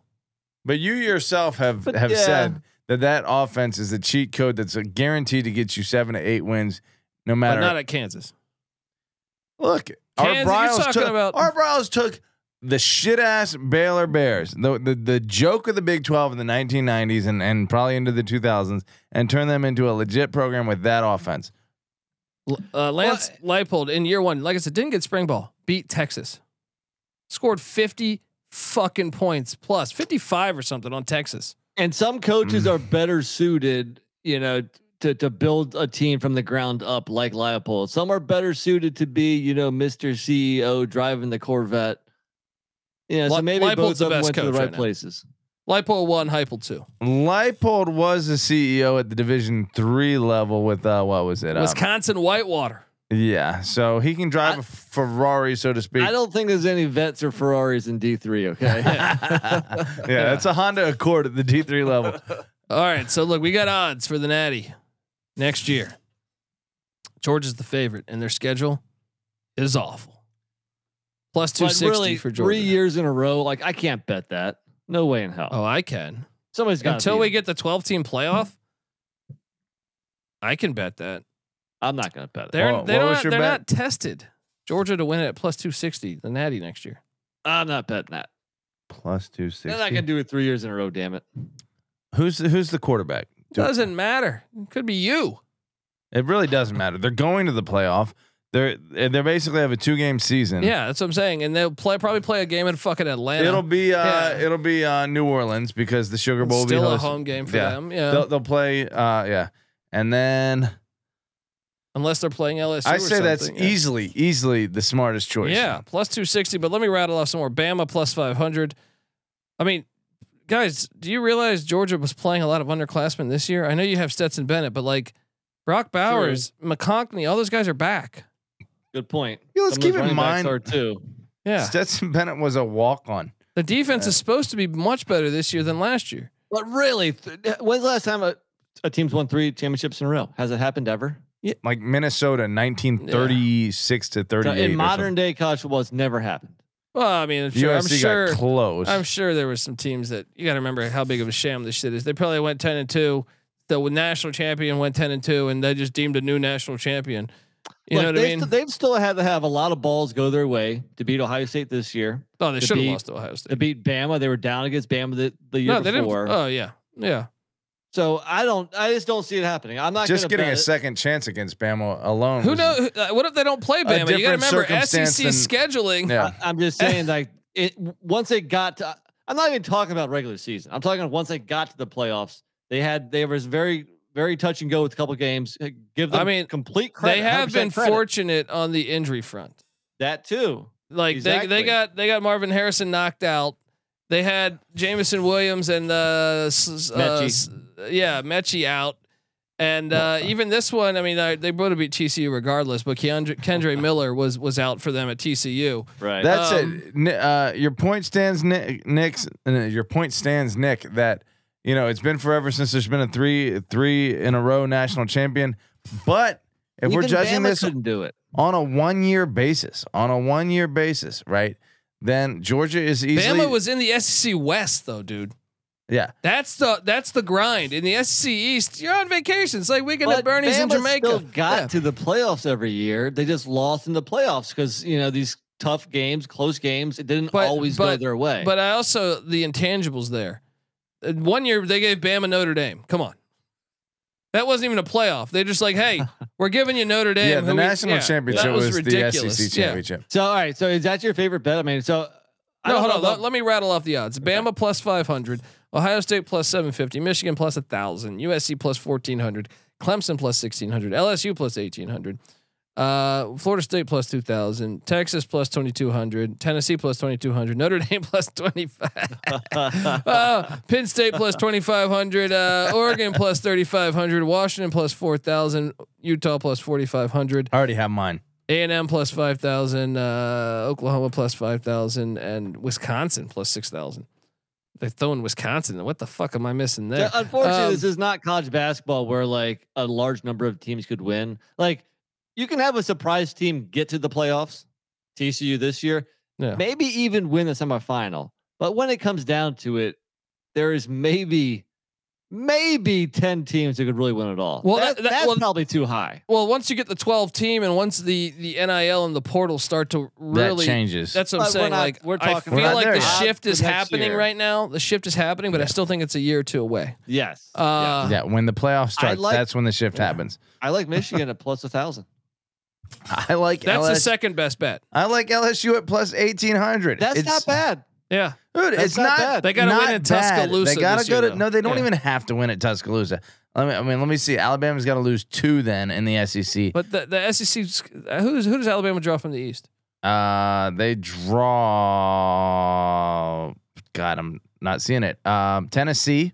[SPEAKER 4] but you yourself have
[SPEAKER 3] But
[SPEAKER 4] have
[SPEAKER 3] yeah.
[SPEAKER 4] said that that offense is a cheat code that's a guaranteed to get you seven to eight wins, no matter.
[SPEAKER 1] But not at Kansas.
[SPEAKER 4] look,
[SPEAKER 1] Kansas, you're talking
[SPEAKER 4] took
[SPEAKER 1] about-
[SPEAKER 4] our Bryles took the shit ass Baylor Bears, the, the the joke of the Big Twelve in the 1990s and and probably into the 2000s, and turned them into a legit program with that offense.
[SPEAKER 1] L- Uh, Lance Leipold in year one, like I said, didn't get spring ball. Beat Texas, scored fifty fucking points plus fifty five or something on Texas.
[SPEAKER 3] And some coaches are better suited, you know, to to build a team from the ground up, like Leopold. Some are better suited to be, you know, Mister CEO driving the Corvette. Yeah,
[SPEAKER 1] Le-
[SPEAKER 3] so maybe
[SPEAKER 1] Leipold's
[SPEAKER 3] both
[SPEAKER 1] the
[SPEAKER 3] of them
[SPEAKER 1] best
[SPEAKER 3] went to the
[SPEAKER 1] coach
[SPEAKER 3] right
[SPEAKER 1] right now.
[SPEAKER 3] places.
[SPEAKER 1] Lipo one, Hypel two.
[SPEAKER 4] Leipold was a CEO at the Division Three level with uh, what was it? Um,
[SPEAKER 1] Wisconsin Whitewater.
[SPEAKER 4] yeah, so he can drive
[SPEAKER 3] I-
[SPEAKER 4] a Ferrari, so to speak.
[SPEAKER 3] I don't think there's any vets or Ferraris in D3. Okay.
[SPEAKER 4] yeah, it's a Honda Accord at the D three level.
[SPEAKER 1] All right, so look, we got odds for the Natty next year. Georgia's the favorite, and their schedule is awful. Plus two
[SPEAKER 3] But
[SPEAKER 1] sixty
[SPEAKER 3] really,
[SPEAKER 1] for Georgia.
[SPEAKER 3] three years in a row. Like I can't bet that. No way in hell.
[SPEAKER 1] Oh, I can.
[SPEAKER 3] Somebody's got
[SPEAKER 1] Until we get the twelve team playoff, I can bet that
[SPEAKER 3] I'm not gonna bet it.
[SPEAKER 1] they're
[SPEAKER 4] What-
[SPEAKER 1] they're,
[SPEAKER 4] what was
[SPEAKER 1] not,
[SPEAKER 4] your
[SPEAKER 1] they're
[SPEAKER 4] bet?
[SPEAKER 1] not tested. Georgia to win it at plus two sixty, the Natty next year.
[SPEAKER 3] I'm not betting that.
[SPEAKER 4] Plus two
[SPEAKER 3] They're not gonna
[SPEAKER 4] sixty.
[SPEAKER 3] do it three years in a row. Damn it.
[SPEAKER 4] Who's who's the quarterback? Do-
[SPEAKER 1] Doesn't matter. Could be you.
[SPEAKER 4] It really doesn't matter. They're going to the playoff. They're they basically have a two game season.
[SPEAKER 1] Yeah, that's what I'm saying. And they'll play probably play a game in fucking Atlanta.
[SPEAKER 4] It'll be uh
[SPEAKER 1] Yeah.
[SPEAKER 4] it'll be uh New Orleans because the Sugar
[SPEAKER 1] It's
[SPEAKER 4] Bowl will be
[SPEAKER 1] still a
[SPEAKER 4] hosted.
[SPEAKER 1] home game for
[SPEAKER 4] Yeah.
[SPEAKER 1] them. Yeah,
[SPEAKER 4] They'll, they'll play uh yeah. And then
[SPEAKER 1] unless they're playing LSU.
[SPEAKER 4] I
[SPEAKER 1] or
[SPEAKER 4] say that's
[SPEAKER 1] something. Yeah.
[SPEAKER 4] easily easily the smartest choice.
[SPEAKER 1] Yeah, plus 260. But let me rattle off some more. Bama plus 500. I mean, guys, do you realize Georgia was playing a lot of underclassmen this year? I know you have Stetson Bennett, but like Brock Bowers, McConkney, all those guys are back.
[SPEAKER 3] Good point.
[SPEAKER 4] Yeah, let's
[SPEAKER 3] Some of
[SPEAKER 4] keep
[SPEAKER 3] those running
[SPEAKER 4] in
[SPEAKER 3] backs
[SPEAKER 4] mind-
[SPEAKER 3] are too.
[SPEAKER 1] Yeah.
[SPEAKER 4] Stetson Bennett was a walk on.
[SPEAKER 1] the defense is supposed to be much better this year than last year.
[SPEAKER 3] But really, th- when's the last time a, a team's won three championships in a row? Has it happened ever?
[SPEAKER 4] Like Minnesota, nineteen thirty six to thirty
[SPEAKER 3] No,
[SPEAKER 4] eight.
[SPEAKER 3] in modern day college football, it's never happened.
[SPEAKER 1] Well, I mean, I'm sure. I'm
[SPEAKER 4] USC
[SPEAKER 1] sure
[SPEAKER 4] got close.
[SPEAKER 1] I'm sure there were some teams that you got to remember how big of a sham this shit is. They probably went ten and two. The national champion went ten and two, and they just deemed a new national champion. You
[SPEAKER 3] Look,
[SPEAKER 1] know what I
[SPEAKER 3] they've,
[SPEAKER 1] mean?
[SPEAKER 3] st- they've still had to have a lot of balls go their way to beat Ohio State this year.
[SPEAKER 1] oh, they
[SPEAKER 3] to
[SPEAKER 1] should have
[SPEAKER 3] beat-
[SPEAKER 1] lost to Ohio
[SPEAKER 3] They
[SPEAKER 1] State.
[SPEAKER 3] beat Bama. They were down against Bama the, the year
[SPEAKER 1] No, they
[SPEAKER 3] before.
[SPEAKER 1] didn't. Oh yeah, yeah.
[SPEAKER 3] so I don't. I just don't see it happening. I'm not
[SPEAKER 4] just
[SPEAKER 3] gonna
[SPEAKER 4] getting
[SPEAKER 3] bet
[SPEAKER 4] a
[SPEAKER 3] it.
[SPEAKER 4] second chance against Bama alone.
[SPEAKER 1] Who
[SPEAKER 4] was-
[SPEAKER 1] knows? uh, What if they don't play Bama? You got to
[SPEAKER 4] different
[SPEAKER 1] remember
[SPEAKER 4] circumstance
[SPEAKER 1] SEC
[SPEAKER 4] than-
[SPEAKER 1] scheduling.
[SPEAKER 4] Yeah.
[SPEAKER 3] I, am just saying, like it. w- Once it got to, I'm not even talking about regular season. I'm talking once they got to the playoffs. They had they was very very touch and go with a couple games. Uh, Give them
[SPEAKER 1] I mean,
[SPEAKER 3] complete credit.
[SPEAKER 1] They have
[SPEAKER 3] 100%
[SPEAKER 1] been
[SPEAKER 3] credit.
[SPEAKER 1] fortunate on the injury front.
[SPEAKER 3] that too.
[SPEAKER 1] Like they, they
[SPEAKER 3] Exactly.
[SPEAKER 1] got they got Marvin Harrison knocked out. They had Jamison Williams and uh, s- uh,
[SPEAKER 3] Mechie.
[SPEAKER 1] s- yeah Mechie out. And uh, even this one, I mean, uh, they would have beat TCU regardless. But Keandre, Kendra Miller was was out for them at TCU.
[SPEAKER 3] Right.
[SPEAKER 4] That's
[SPEAKER 1] Um,
[SPEAKER 4] it. Ni- Uh, your point stands, Nick. Nick's, uh, your point stands, Nick. That you know it's been forever since there's been a three three in a row national champion. But if we're
[SPEAKER 3] Even
[SPEAKER 4] judging
[SPEAKER 3] Bama
[SPEAKER 4] this
[SPEAKER 3] couldn't do it.
[SPEAKER 4] on a one year basis, on a one year basis, right? Then Georgia is easily.
[SPEAKER 1] Bama was in the SEC West though, dude.
[SPEAKER 4] yeah.
[SPEAKER 1] That's the that's the grind in the SEC East. You're on vacation. It's like weekend at
[SPEAKER 3] But
[SPEAKER 1] Bernie's in
[SPEAKER 3] Bama
[SPEAKER 1] Jamaica.
[SPEAKER 3] Still got
[SPEAKER 1] Yeah.
[SPEAKER 3] to the playoffs every year. They just lost in the playoffs because you know these tough games, close games. It didn't
[SPEAKER 1] But-
[SPEAKER 3] always go
[SPEAKER 1] but-
[SPEAKER 3] their way.
[SPEAKER 1] But I also the intangibles there. Uh, One year they gave Bama Notre Dame. Come on, that wasn't even a playoff. They're just like, hey, we're giving you Notre Dame.
[SPEAKER 4] Yeah,
[SPEAKER 1] who
[SPEAKER 4] the
[SPEAKER 1] we-
[SPEAKER 4] national
[SPEAKER 1] yeah,
[SPEAKER 4] championship
[SPEAKER 1] that
[SPEAKER 4] was, the E
[SPEAKER 1] ridiculous.
[SPEAKER 4] SEC
[SPEAKER 1] Yeah.
[SPEAKER 4] championship.
[SPEAKER 3] so all right. So is that your favorite bet? I mean, so I
[SPEAKER 1] No,
[SPEAKER 3] don't
[SPEAKER 1] hold
[SPEAKER 3] know
[SPEAKER 1] on.
[SPEAKER 3] about-
[SPEAKER 1] Let, let me rattle off the odds. Bama plus five hundred, Ohio State plus seven fifty, Michigan plus thousand, USC plus fourteen hundred, Clemson plus sixteen hundred, LSU plus eighteen hundred, uh, Florida State plus two thousand, Texas plus twenty two hundred, Tennessee plus twenty two hundred, Notre Dame plus twenty five, uh, Penn State plus twenty five hundred, uh, Oregon plus thirty five hundred, Washington plus four thousand, Utah plus forty five hundred.
[SPEAKER 4] I already have mine.
[SPEAKER 1] A and M plus five thousand, uh, Oklahoma plus five thousand, and Wisconsin plus six thousand. They're throwing Wisconsin. What the fuck am I missing
[SPEAKER 3] So
[SPEAKER 1] there?
[SPEAKER 3] unfortunately,
[SPEAKER 1] Um,
[SPEAKER 3] this is not college basketball where like a large number of teams could win. Like you can have a surprise team get to the playoffs, TCU this year,
[SPEAKER 1] Yeah.
[SPEAKER 3] maybe even win the semifinal. But when it comes down to it, there is maybe maybe 10 teams that could really win it all.
[SPEAKER 1] Well,
[SPEAKER 3] Well,
[SPEAKER 1] that- that-
[SPEAKER 3] that's
[SPEAKER 1] well-
[SPEAKER 3] probably too high.
[SPEAKER 1] Well, once you get the twelve team, and once the the NIL and the portal start to really,
[SPEAKER 4] that changes.
[SPEAKER 1] that's what I'm
[SPEAKER 3] But we're
[SPEAKER 1] saying.
[SPEAKER 3] not-
[SPEAKER 1] like
[SPEAKER 3] we're
[SPEAKER 1] I
[SPEAKER 3] talking
[SPEAKER 1] feel
[SPEAKER 4] about
[SPEAKER 1] like the
[SPEAKER 4] odds
[SPEAKER 1] shift
[SPEAKER 3] for
[SPEAKER 1] is
[SPEAKER 3] next
[SPEAKER 1] happening
[SPEAKER 3] year.
[SPEAKER 1] right now. The shift is happening, but I
[SPEAKER 4] Yeah.
[SPEAKER 1] still think it's a year or two away.
[SPEAKER 3] Yes. Yeah.
[SPEAKER 1] Uh,
[SPEAKER 4] yeah, when the playoff starts,
[SPEAKER 3] like-
[SPEAKER 4] that's when the shift happens.
[SPEAKER 3] I like Michigan at plus a thousand.
[SPEAKER 4] I like
[SPEAKER 1] That's the
[SPEAKER 4] LS,
[SPEAKER 1] second best bet.
[SPEAKER 4] I like LSU at plus eighteen hundred.
[SPEAKER 3] That's not bad.
[SPEAKER 1] Yeah,
[SPEAKER 4] Dude,
[SPEAKER 3] That's
[SPEAKER 4] it's
[SPEAKER 3] not
[SPEAKER 4] not.
[SPEAKER 3] bad.
[SPEAKER 1] They gotta
[SPEAKER 4] not
[SPEAKER 1] win at
[SPEAKER 4] bad.
[SPEAKER 1] Tuscaloosa
[SPEAKER 4] They gotta
[SPEAKER 1] this
[SPEAKER 4] go
[SPEAKER 1] year,
[SPEAKER 4] to.
[SPEAKER 1] though.
[SPEAKER 4] No, they don't
[SPEAKER 1] Yeah.
[SPEAKER 4] even have to win at Tuscaloosa. Let me, I mean, let me see. Alabama's got to lose two then in the E SEC.
[SPEAKER 1] but the the SEC. 's- uh, Who's who does Alabama draw from the East?
[SPEAKER 4] Uh, they draw. God, I'm not seeing it. Um, Tennessee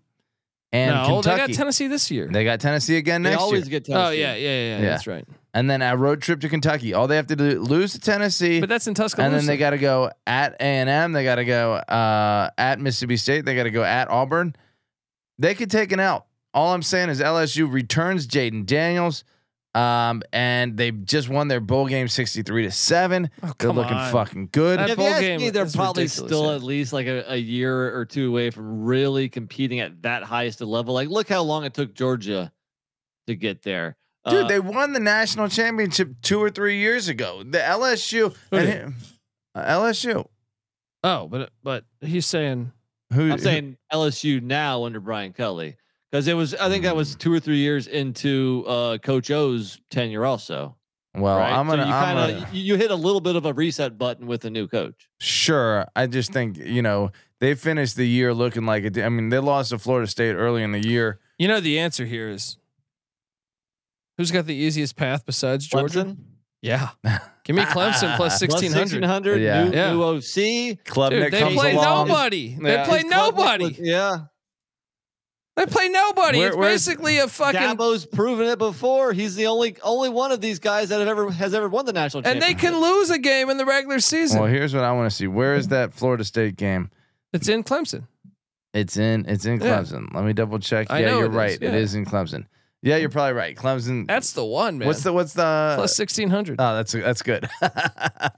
[SPEAKER 4] and
[SPEAKER 1] no,
[SPEAKER 4] Kentucky.
[SPEAKER 1] they got Tennessee this year.
[SPEAKER 4] They got Tennessee again
[SPEAKER 3] They
[SPEAKER 4] next
[SPEAKER 3] always
[SPEAKER 4] year,
[SPEAKER 3] get Tennessee.
[SPEAKER 1] oh yeah, yeah, yeah, yeah,
[SPEAKER 4] Yeah.
[SPEAKER 1] That's right.
[SPEAKER 4] and then a road trip to Kentucky. All they have to do lose to Tennessee,
[SPEAKER 1] But that's in Tuscaloosa.
[SPEAKER 4] and then they got to go at A and M. They got to go uh, at Mississippi State. They got to go at Auburn. They could take an out. All I'm saying is LSU returns Jaden Daniels, um, and they just won their bowl game 63 to seven.
[SPEAKER 1] Oh,
[SPEAKER 4] They're
[SPEAKER 1] come
[SPEAKER 4] looking
[SPEAKER 1] on.
[SPEAKER 4] fucking good.
[SPEAKER 1] That
[SPEAKER 3] if
[SPEAKER 1] bowl
[SPEAKER 3] you ask
[SPEAKER 1] game
[SPEAKER 3] me, they're
[SPEAKER 1] is
[SPEAKER 3] probably
[SPEAKER 1] ridiculous,
[SPEAKER 3] still
[SPEAKER 1] yeah.
[SPEAKER 3] at least like a, a year or two away from really competing at that highest a level. Like, look how long it took Georgia to get there.
[SPEAKER 4] Dude,
[SPEAKER 3] Uh,
[SPEAKER 4] they won the national championship two or three years ago. The LSU,
[SPEAKER 1] Who
[SPEAKER 4] and
[SPEAKER 1] did?
[SPEAKER 4] him- uh, LSU.
[SPEAKER 1] Oh, but but he's saying
[SPEAKER 4] Who?
[SPEAKER 3] I'm saying LSU now under Brian Kelly because it was I think that was
[SPEAKER 4] Hmm.
[SPEAKER 3] two or three years into uh, Coach O's tenure also.
[SPEAKER 4] well,
[SPEAKER 3] right?
[SPEAKER 4] I'm gonna.
[SPEAKER 3] So you
[SPEAKER 4] I'm
[SPEAKER 3] kinda-
[SPEAKER 4] gonna-
[SPEAKER 3] you- you hit a little bit of a reset button with a new coach.
[SPEAKER 4] Sure, I just think you know they finished the year looking like it. I mean, they lost to Florida State early in the year.
[SPEAKER 1] you know the answer here is who's got the easiest path besides Georgia?
[SPEAKER 3] Clemson?
[SPEAKER 1] Yeah, give me Clemson plus
[SPEAKER 3] Plus
[SPEAKER 1] sixteen hundred.
[SPEAKER 3] 1600,
[SPEAKER 4] Yeah.
[SPEAKER 3] New,
[SPEAKER 1] Yeah.
[SPEAKER 3] new OC.
[SPEAKER 4] Club
[SPEAKER 1] Dude,
[SPEAKER 4] Nick
[SPEAKER 1] they
[SPEAKER 4] comes
[SPEAKER 1] play
[SPEAKER 4] along.
[SPEAKER 1] nobody. They
[SPEAKER 4] Yeah.
[SPEAKER 1] play
[SPEAKER 3] His club
[SPEAKER 1] nobody.
[SPEAKER 3] was- yeah.
[SPEAKER 1] They play nobody.
[SPEAKER 4] Where-
[SPEAKER 1] it's
[SPEAKER 4] where's-
[SPEAKER 1] basically a fucking
[SPEAKER 3] Dabo's proven it before. He's the only only one of these guys that have ever has ever won the national
[SPEAKER 1] and they
[SPEAKER 3] championship.
[SPEAKER 1] can lose a game in the regular season.
[SPEAKER 4] Well, here's what I want to see. Where is that Florida State game?
[SPEAKER 1] it's in Clemson.
[SPEAKER 4] It's in. It's in
[SPEAKER 1] Yeah.
[SPEAKER 4] Clemson. Let me double check.
[SPEAKER 1] I
[SPEAKER 4] yeah,
[SPEAKER 1] know
[SPEAKER 4] you're
[SPEAKER 1] it is,
[SPEAKER 4] right. It
[SPEAKER 1] yeah.
[SPEAKER 4] is in Clemson. Yeah, you're probably right. Clemson.
[SPEAKER 1] That's the one, man.
[SPEAKER 4] what's the uh, what's the
[SPEAKER 1] plus sixteen hundred?
[SPEAKER 4] Oh, that's that's good.
[SPEAKER 1] At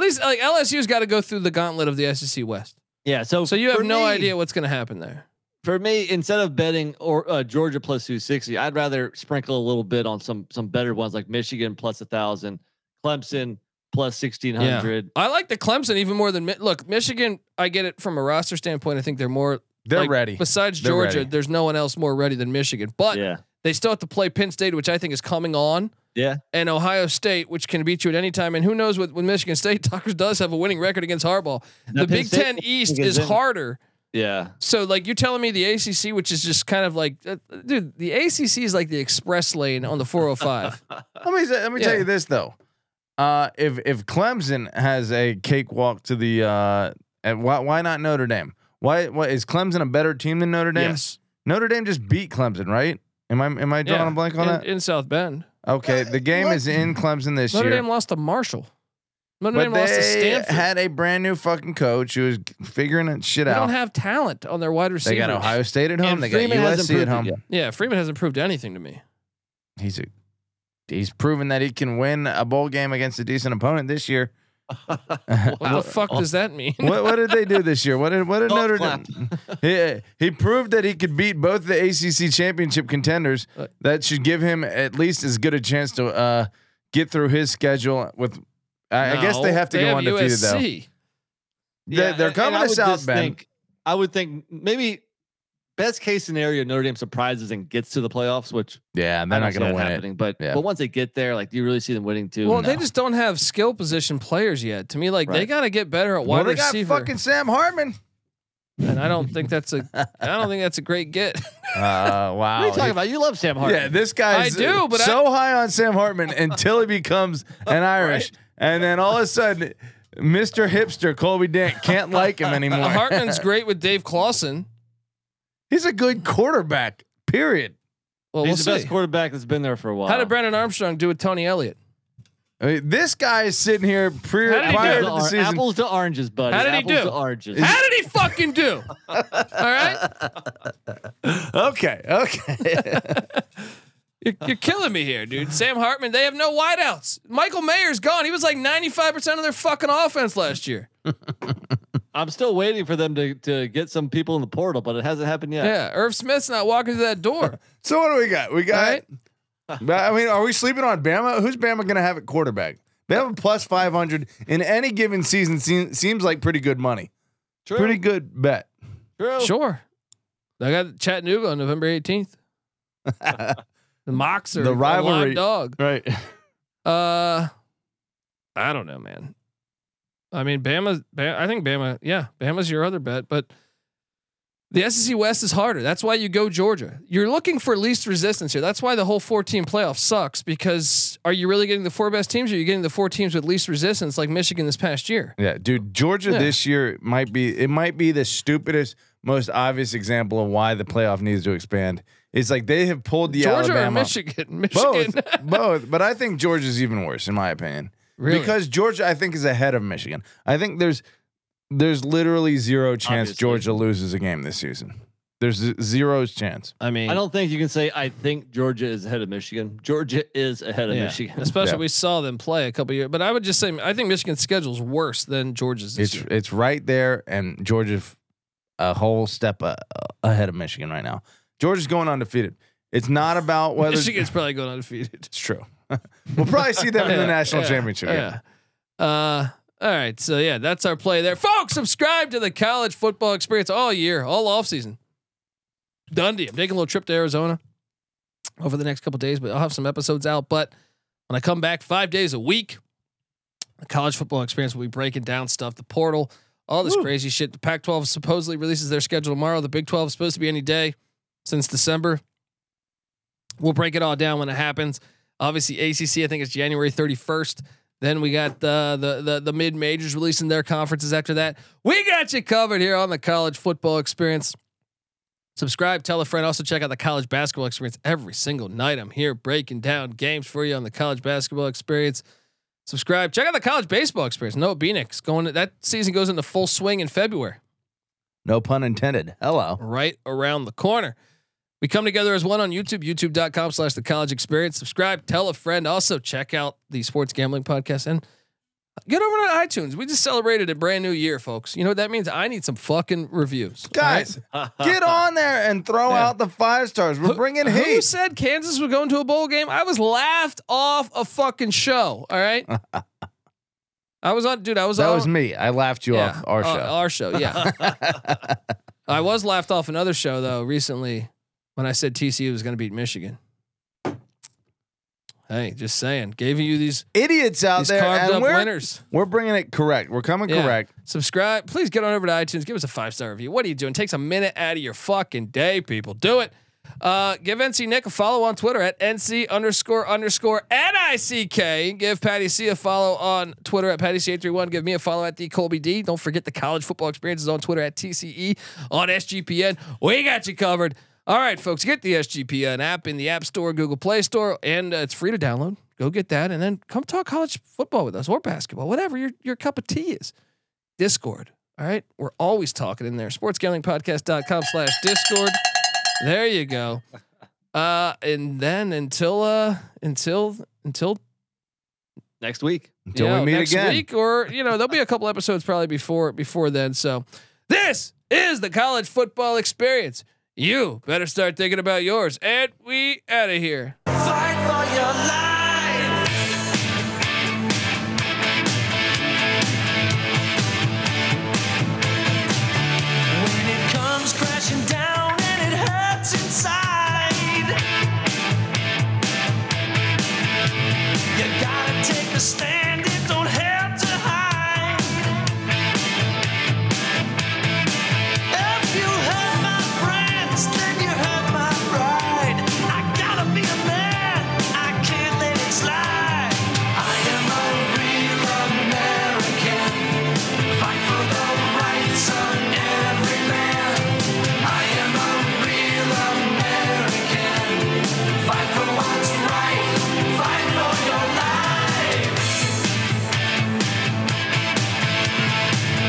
[SPEAKER 1] least like LSU's got to go through the gauntlet of the SEC West.
[SPEAKER 3] Yeah. So
[SPEAKER 1] So you have
[SPEAKER 3] for
[SPEAKER 1] no
[SPEAKER 3] me-
[SPEAKER 1] idea what's going to happen there.
[SPEAKER 3] For me, instead of betting or uh, Georgia plus two sixty, I'd rather sprinkle a little bit on some some better ones like Michigan plus a thousand, Clemson plus sixteen hundred.
[SPEAKER 1] I like the Clemson even more than Mi- look Michigan. I get it from a roster standpoint. I think they're more
[SPEAKER 4] They're
[SPEAKER 1] like,
[SPEAKER 4] ready.
[SPEAKER 1] Besides
[SPEAKER 4] They're
[SPEAKER 1] Georgia,
[SPEAKER 4] ready.
[SPEAKER 1] there's no one else more ready than Michigan. But
[SPEAKER 3] yeah.
[SPEAKER 1] they still have to play Penn State, which I think is coming on.
[SPEAKER 3] Yeah.
[SPEAKER 1] And Ohio State, which can beat you at any time. And who knows what with Michigan State, Tucker does have a winning record against Harbaugh.
[SPEAKER 3] Now,
[SPEAKER 1] the
[SPEAKER 3] Penn
[SPEAKER 1] Big
[SPEAKER 3] State-
[SPEAKER 1] Ten East
[SPEAKER 3] Michigan's
[SPEAKER 1] is
[SPEAKER 3] in.
[SPEAKER 1] harder.
[SPEAKER 3] Yeah.
[SPEAKER 1] So like you're telling me the ACC, which is just kind of like, uh, dude, the ACC is like the express lane on the 405.
[SPEAKER 4] let me say- let me tell
[SPEAKER 1] Yeah.
[SPEAKER 4] you this though. Uh, if if Clemson has a cakewalk to the uh, and why why not Notre Dame? Why why is Clemson a better team than Notre Dame?
[SPEAKER 1] yes,
[SPEAKER 4] Notre Dame just beat Clemson, right? Am I am I drawing
[SPEAKER 1] Yeah.
[SPEAKER 4] a blank on
[SPEAKER 1] in,
[SPEAKER 4] that?
[SPEAKER 1] in South Bend,
[SPEAKER 4] Okay, the game is in Clemson this
[SPEAKER 1] Notre
[SPEAKER 4] year.
[SPEAKER 1] Dame lost to Marshall. Notre
[SPEAKER 4] but
[SPEAKER 1] Dame lost to
[SPEAKER 4] they
[SPEAKER 1] Stanford.
[SPEAKER 4] had a brand new fucking coach who was figuring that shit
[SPEAKER 1] they
[SPEAKER 4] out.
[SPEAKER 1] don't have talent on their wide receivers.
[SPEAKER 4] they got Ohio State at home.
[SPEAKER 3] And
[SPEAKER 4] they
[SPEAKER 3] Freeman
[SPEAKER 4] got
[SPEAKER 3] hasn't
[SPEAKER 4] USC at
[SPEAKER 3] proved it
[SPEAKER 4] home.
[SPEAKER 3] yet.
[SPEAKER 1] Yeah, Freeman hasn't proved anything to me.
[SPEAKER 4] He's a he's proven that he can win a bowl game against a decent opponent this year.
[SPEAKER 1] What the fuck does that mean?
[SPEAKER 4] what, what did they do this year? What did what did
[SPEAKER 3] Don't
[SPEAKER 4] Notre
[SPEAKER 3] clap.
[SPEAKER 4] Dame? He, he proved that he could beat both the ACC championship contenders.
[SPEAKER 1] Uh,
[SPEAKER 4] That should give him at least as good a chance to uh, get through his schedule. With I, I guess they
[SPEAKER 1] No,
[SPEAKER 4] have to go
[SPEAKER 1] have
[SPEAKER 4] undefeated though. They,
[SPEAKER 1] USC.
[SPEAKER 4] they're
[SPEAKER 3] and- and I
[SPEAKER 4] coming to
[SPEAKER 3] would
[SPEAKER 4] South
[SPEAKER 3] just
[SPEAKER 4] Bend.
[SPEAKER 3] think- I would think maybe best case scenario Notre Dame surprises and gets to the playoffs, which I
[SPEAKER 4] yeah, they're not
[SPEAKER 3] don't see
[SPEAKER 4] going to
[SPEAKER 3] that
[SPEAKER 4] win it.
[SPEAKER 3] happening, But
[SPEAKER 4] Yeah.
[SPEAKER 3] but once they get there, like do you really see them winning too?
[SPEAKER 1] Well,
[SPEAKER 3] No.
[SPEAKER 1] they just don't have skill position players yet. To me, like they
[SPEAKER 3] Right.
[SPEAKER 1] got to get better at
[SPEAKER 4] Well,
[SPEAKER 1] wide
[SPEAKER 4] they got
[SPEAKER 1] receiver,
[SPEAKER 4] fucking Sam Hartman.
[SPEAKER 1] and I don't think that's a I don't think that's a great get.
[SPEAKER 4] Uh, wow.
[SPEAKER 3] What are you talking about? You love Sam Hartman.
[SPEAKER 4] Yeah, this guy
[SPEAKER 1] I
[SPEAKER 4] is uh,
[SPEAKER 1] do, but I-
[SPEAKER 4] so high on Sam Hartman until he becomes an Irish, and then all of a sudden, Mister Hipster Colby Dent can't like him anymore.
[SPEAKER 1] Hartman's great with Dave Clawson.
[SPEAKER 4] He's a good quarterback. Period.
[SPEAKER 1] Well,
[SPEAKER 3] He's
[SPEAKER 1] we'll
[SPEAKER 3] the
[SPEAKER 1] see.
[SPEAKER 3] best quarterback that's been there for a while.
[SPEAKER 1] How did Brandon Armstrong do with Tony Elliott?
[SPEAKER 4] I mean, this guy is sitting here pre-
[SPEAKER 1] How did he do?
[SPEAKER 4] prior
[SPEAKER 3] apples
[SPEAKER 4] to
[SPEAKER 3] to,
[SPEAKER 4] the
[SPEAKER 3] or-
[SPEAKER 4] season.
[SPEAKER 3] apples to oranges, buddy?
[SPEAKER 1] How did he
[SPEAKER 3] apples
[SPEAKER 1] do?
[SPEAKER 3] To oranges.
[SPEAKER 1] How did he fucking do? All right,
[SPEAKER 4] Okay, okay.
[SPEAKER 1] you're, you're killing me here, dude. Sam Hartman, they have no wideouts. Michael Mayer's gone. He was like 95 percent of their fucking offense last year.
[SPEAKER 3] I'm still waiting for them to to get some people in the portal, but it hasn't happened yet.
[SPEAKER 1] Yeah, Irv Smith's not walking through that door.
[SPEAKER 4] so what do we got? We got. I mean, are we sleeping on Bama? Who's Bama going to have at quarterback? Bama plus five hundred in any given season seem, seems like pretty good money.
[SPEAKER 3] True.
[SPEAKER 4] Pretty good bet. Oh.
[SPEAKER 3] True.
[SPEAKER 1] Sure, I got Chattanooga on November 18th. The Mox are
[SPEAKER 4] The
[SPEAKER 1] a live
[SPEAKER 4] rivalry.
[SPEAKER 1] dog.
[SPEAKER 4] right.
[SPEAKER 1] Uh, I don't know, man. I mean, Bama. Ba- I think Bama. Yeah, Bama's your other bet, but the SEC West is harder. That's why you go Georgia. You're looking for least resistance here. That's why the whole 14 playoff sucks because are you really getting the four best teams? Or are you getting the four teams with least resistance, like Michigan this past year?
[SPEAKER 4] Yeah, dude, Georgia
[SPEAKER 1] Yeah.
[SPEAKER 4] this year might be it might be the stupidest, most obvious example of why the playoff needs to expand. It's like they have pulled the
[SPEAKER 1] Georgia or
[SPEAKER 4] Alabama.
[SPEAKER 1] Michigan? Michigan.
[SPEAKER 4] Both, both, but I think Georgia's even worse in my opinion
[SPEAKER 1] really?
[SPEAKER 4] because Georgia I think is ahead of Michigan. I think there's there's literally zero chance
[SPEAKER 3] Obviously.
[SPEAKER 4] Georgia loses a game this season. There's z- zero chance.
[SPEAKER 1] I mean,
[SPEAKER 3] I don't think you can say I think Georgia is ahead of Michigan. Georgia is ahead of
[SPEAKER 1] yeah.
[SPEAKER 3] Michigan.
[SPEAKER 1] Especially
[SPEAKER 4] Yeah.
[SPEAKER 1] we saw them play a couple years, but I would just say I think Michigan's schedule's worse than Georgia's. This
[SPEAKER 4] It's
[SPEAKER 1] year.
[SPEAKER 4] it's right there, and Georgia f- a whole step a, a- ahead of Michigan right now. Georgia's going undefeated. It's not about whether
[SPEAKER 1] Michigan's probably going undefeated.
[SPEAKER 4] it's true. we'll probably see them in the
[SPEAKER 1] Yeah,
[SPEAKER 4] national
[SPEAKER 1] yeah,
[SPEAKER 4] championship. game.
[SPEAKER 1] yeah. Uh, all right. So yeah, that's our play there, folks. Subscribe to the College Football Experience all year, all off season. Dundee. I'm taking a little trip to Arizona over the next couple days, but I'll have some episodes out. But when I come back, five days a week, the College Football Experience will be breaking down stuff, the portal, all this
[SPEAKER 4] Woo.
[SPEAKER 1] crazy shit. The Pac-12 supposedly releases their schedule tomorrow. The Big 12 is supposed to be any day since December. We'll break it all down when it happens. Obviously, ACC. I think it's January 31st. Then we got the the the, the mid majors releasing their conferences after that. We got you covered here on the College Football Experience. Subscribe, tell a friend. Also check out the College Basketball Experience every single night. I'm here breaking down games for you on the College Basketball Experience. Subscribe. Check out the College Baseball Experience. No Beanix going. That season goes into full swing in February
[SPEAKER 4] No pun intended. Hello.
[SPEAKER 1] right around the corner. We come together as one on YouTube, youtube.com slash the college experience. Subscribe, tell a friend. Also, check out the sports gambling podcast and get over to iTunes. We just celebrated a brand new year, folks. You know what that means? I need some fucking reviews. all right?
[SPEAKER 4] Guys, get on there and throw
[SPEAKER 1] Yeah.
[SPEAKER 4] out the five stars. We're
[SPEAKER 1] Who-
[SPEAKER 4] bringing
[SPEAKER 1] Who
[SPEAKER 4] heat.
[SPEAKER 1] said Kansas was going to a bowl game? I was laughed off a fucking show. All right. I was on, dude. I was
[SPEAKER 4] That
[SPEAKER 1] on.
[SPEAKER 4] was me. I laughed you
[SPEAKER 1] yeah,
[SPEAKER 4] off our
[SPEAKER 1] uh,
[SPEAKER 4] show.
[SPEAKER 1] Our show, yeah. I was laughed off another show though recently when I said TCU was going to beat Michigan. Hey, just saying, gave you these
[SPEAKER 4] Idiots out
[SPEAKER 1] these
[SPEAKER 4] there,
[SPEAKER 1] carved
[SPEAKER 4] and
[SPEAKER 1] up
[SPEAKER 4] we're,
[SPEAKER 1] winners.
[SPEAKER 4] we're bringing it correct. We're coming
[SPEAKER 1] Yeah.
[SPEAKER 4] correct.
[SPEAKER 1] Subscribe, please get on over to iTunes. Give us a five star review. What are you doing? Takes a minute out of your fucking day, people. Do it. Uh, give NC Nick a follow on Twitter at NC underscore underscore NICK. Give Patty C a follow on Twitter at Patty C831. Give me a follow at the Colby D. Don't forget the college football experiences on Twitter at TCE on SGPN. We got you covered. All right, folks, get the SGPN app in the App Store, Google Play Store, and uh, it's free to download. Go get that and then come talk college football with us or basketball, whatever your, your cup of tea is. Discord. All right. We're always talking in there. Sportsgamblingpodcast.com slash Discord. There you go. Uh, and then until uh until until
[SPEAKER 3] Next week.
[SPEAKER 4] Until
[SPEAKER 1] yeah,
[SPEAKER 4] we meet
[SPEAKER 1] next
[SPEAKER 4] again.
[SPEAKER 1] week or you know, there'll be a couple episodes probably before before then. So this is the college football experience. You better start thinking about yours. And we out of here.
[SPEAKER 5] Fight for your life.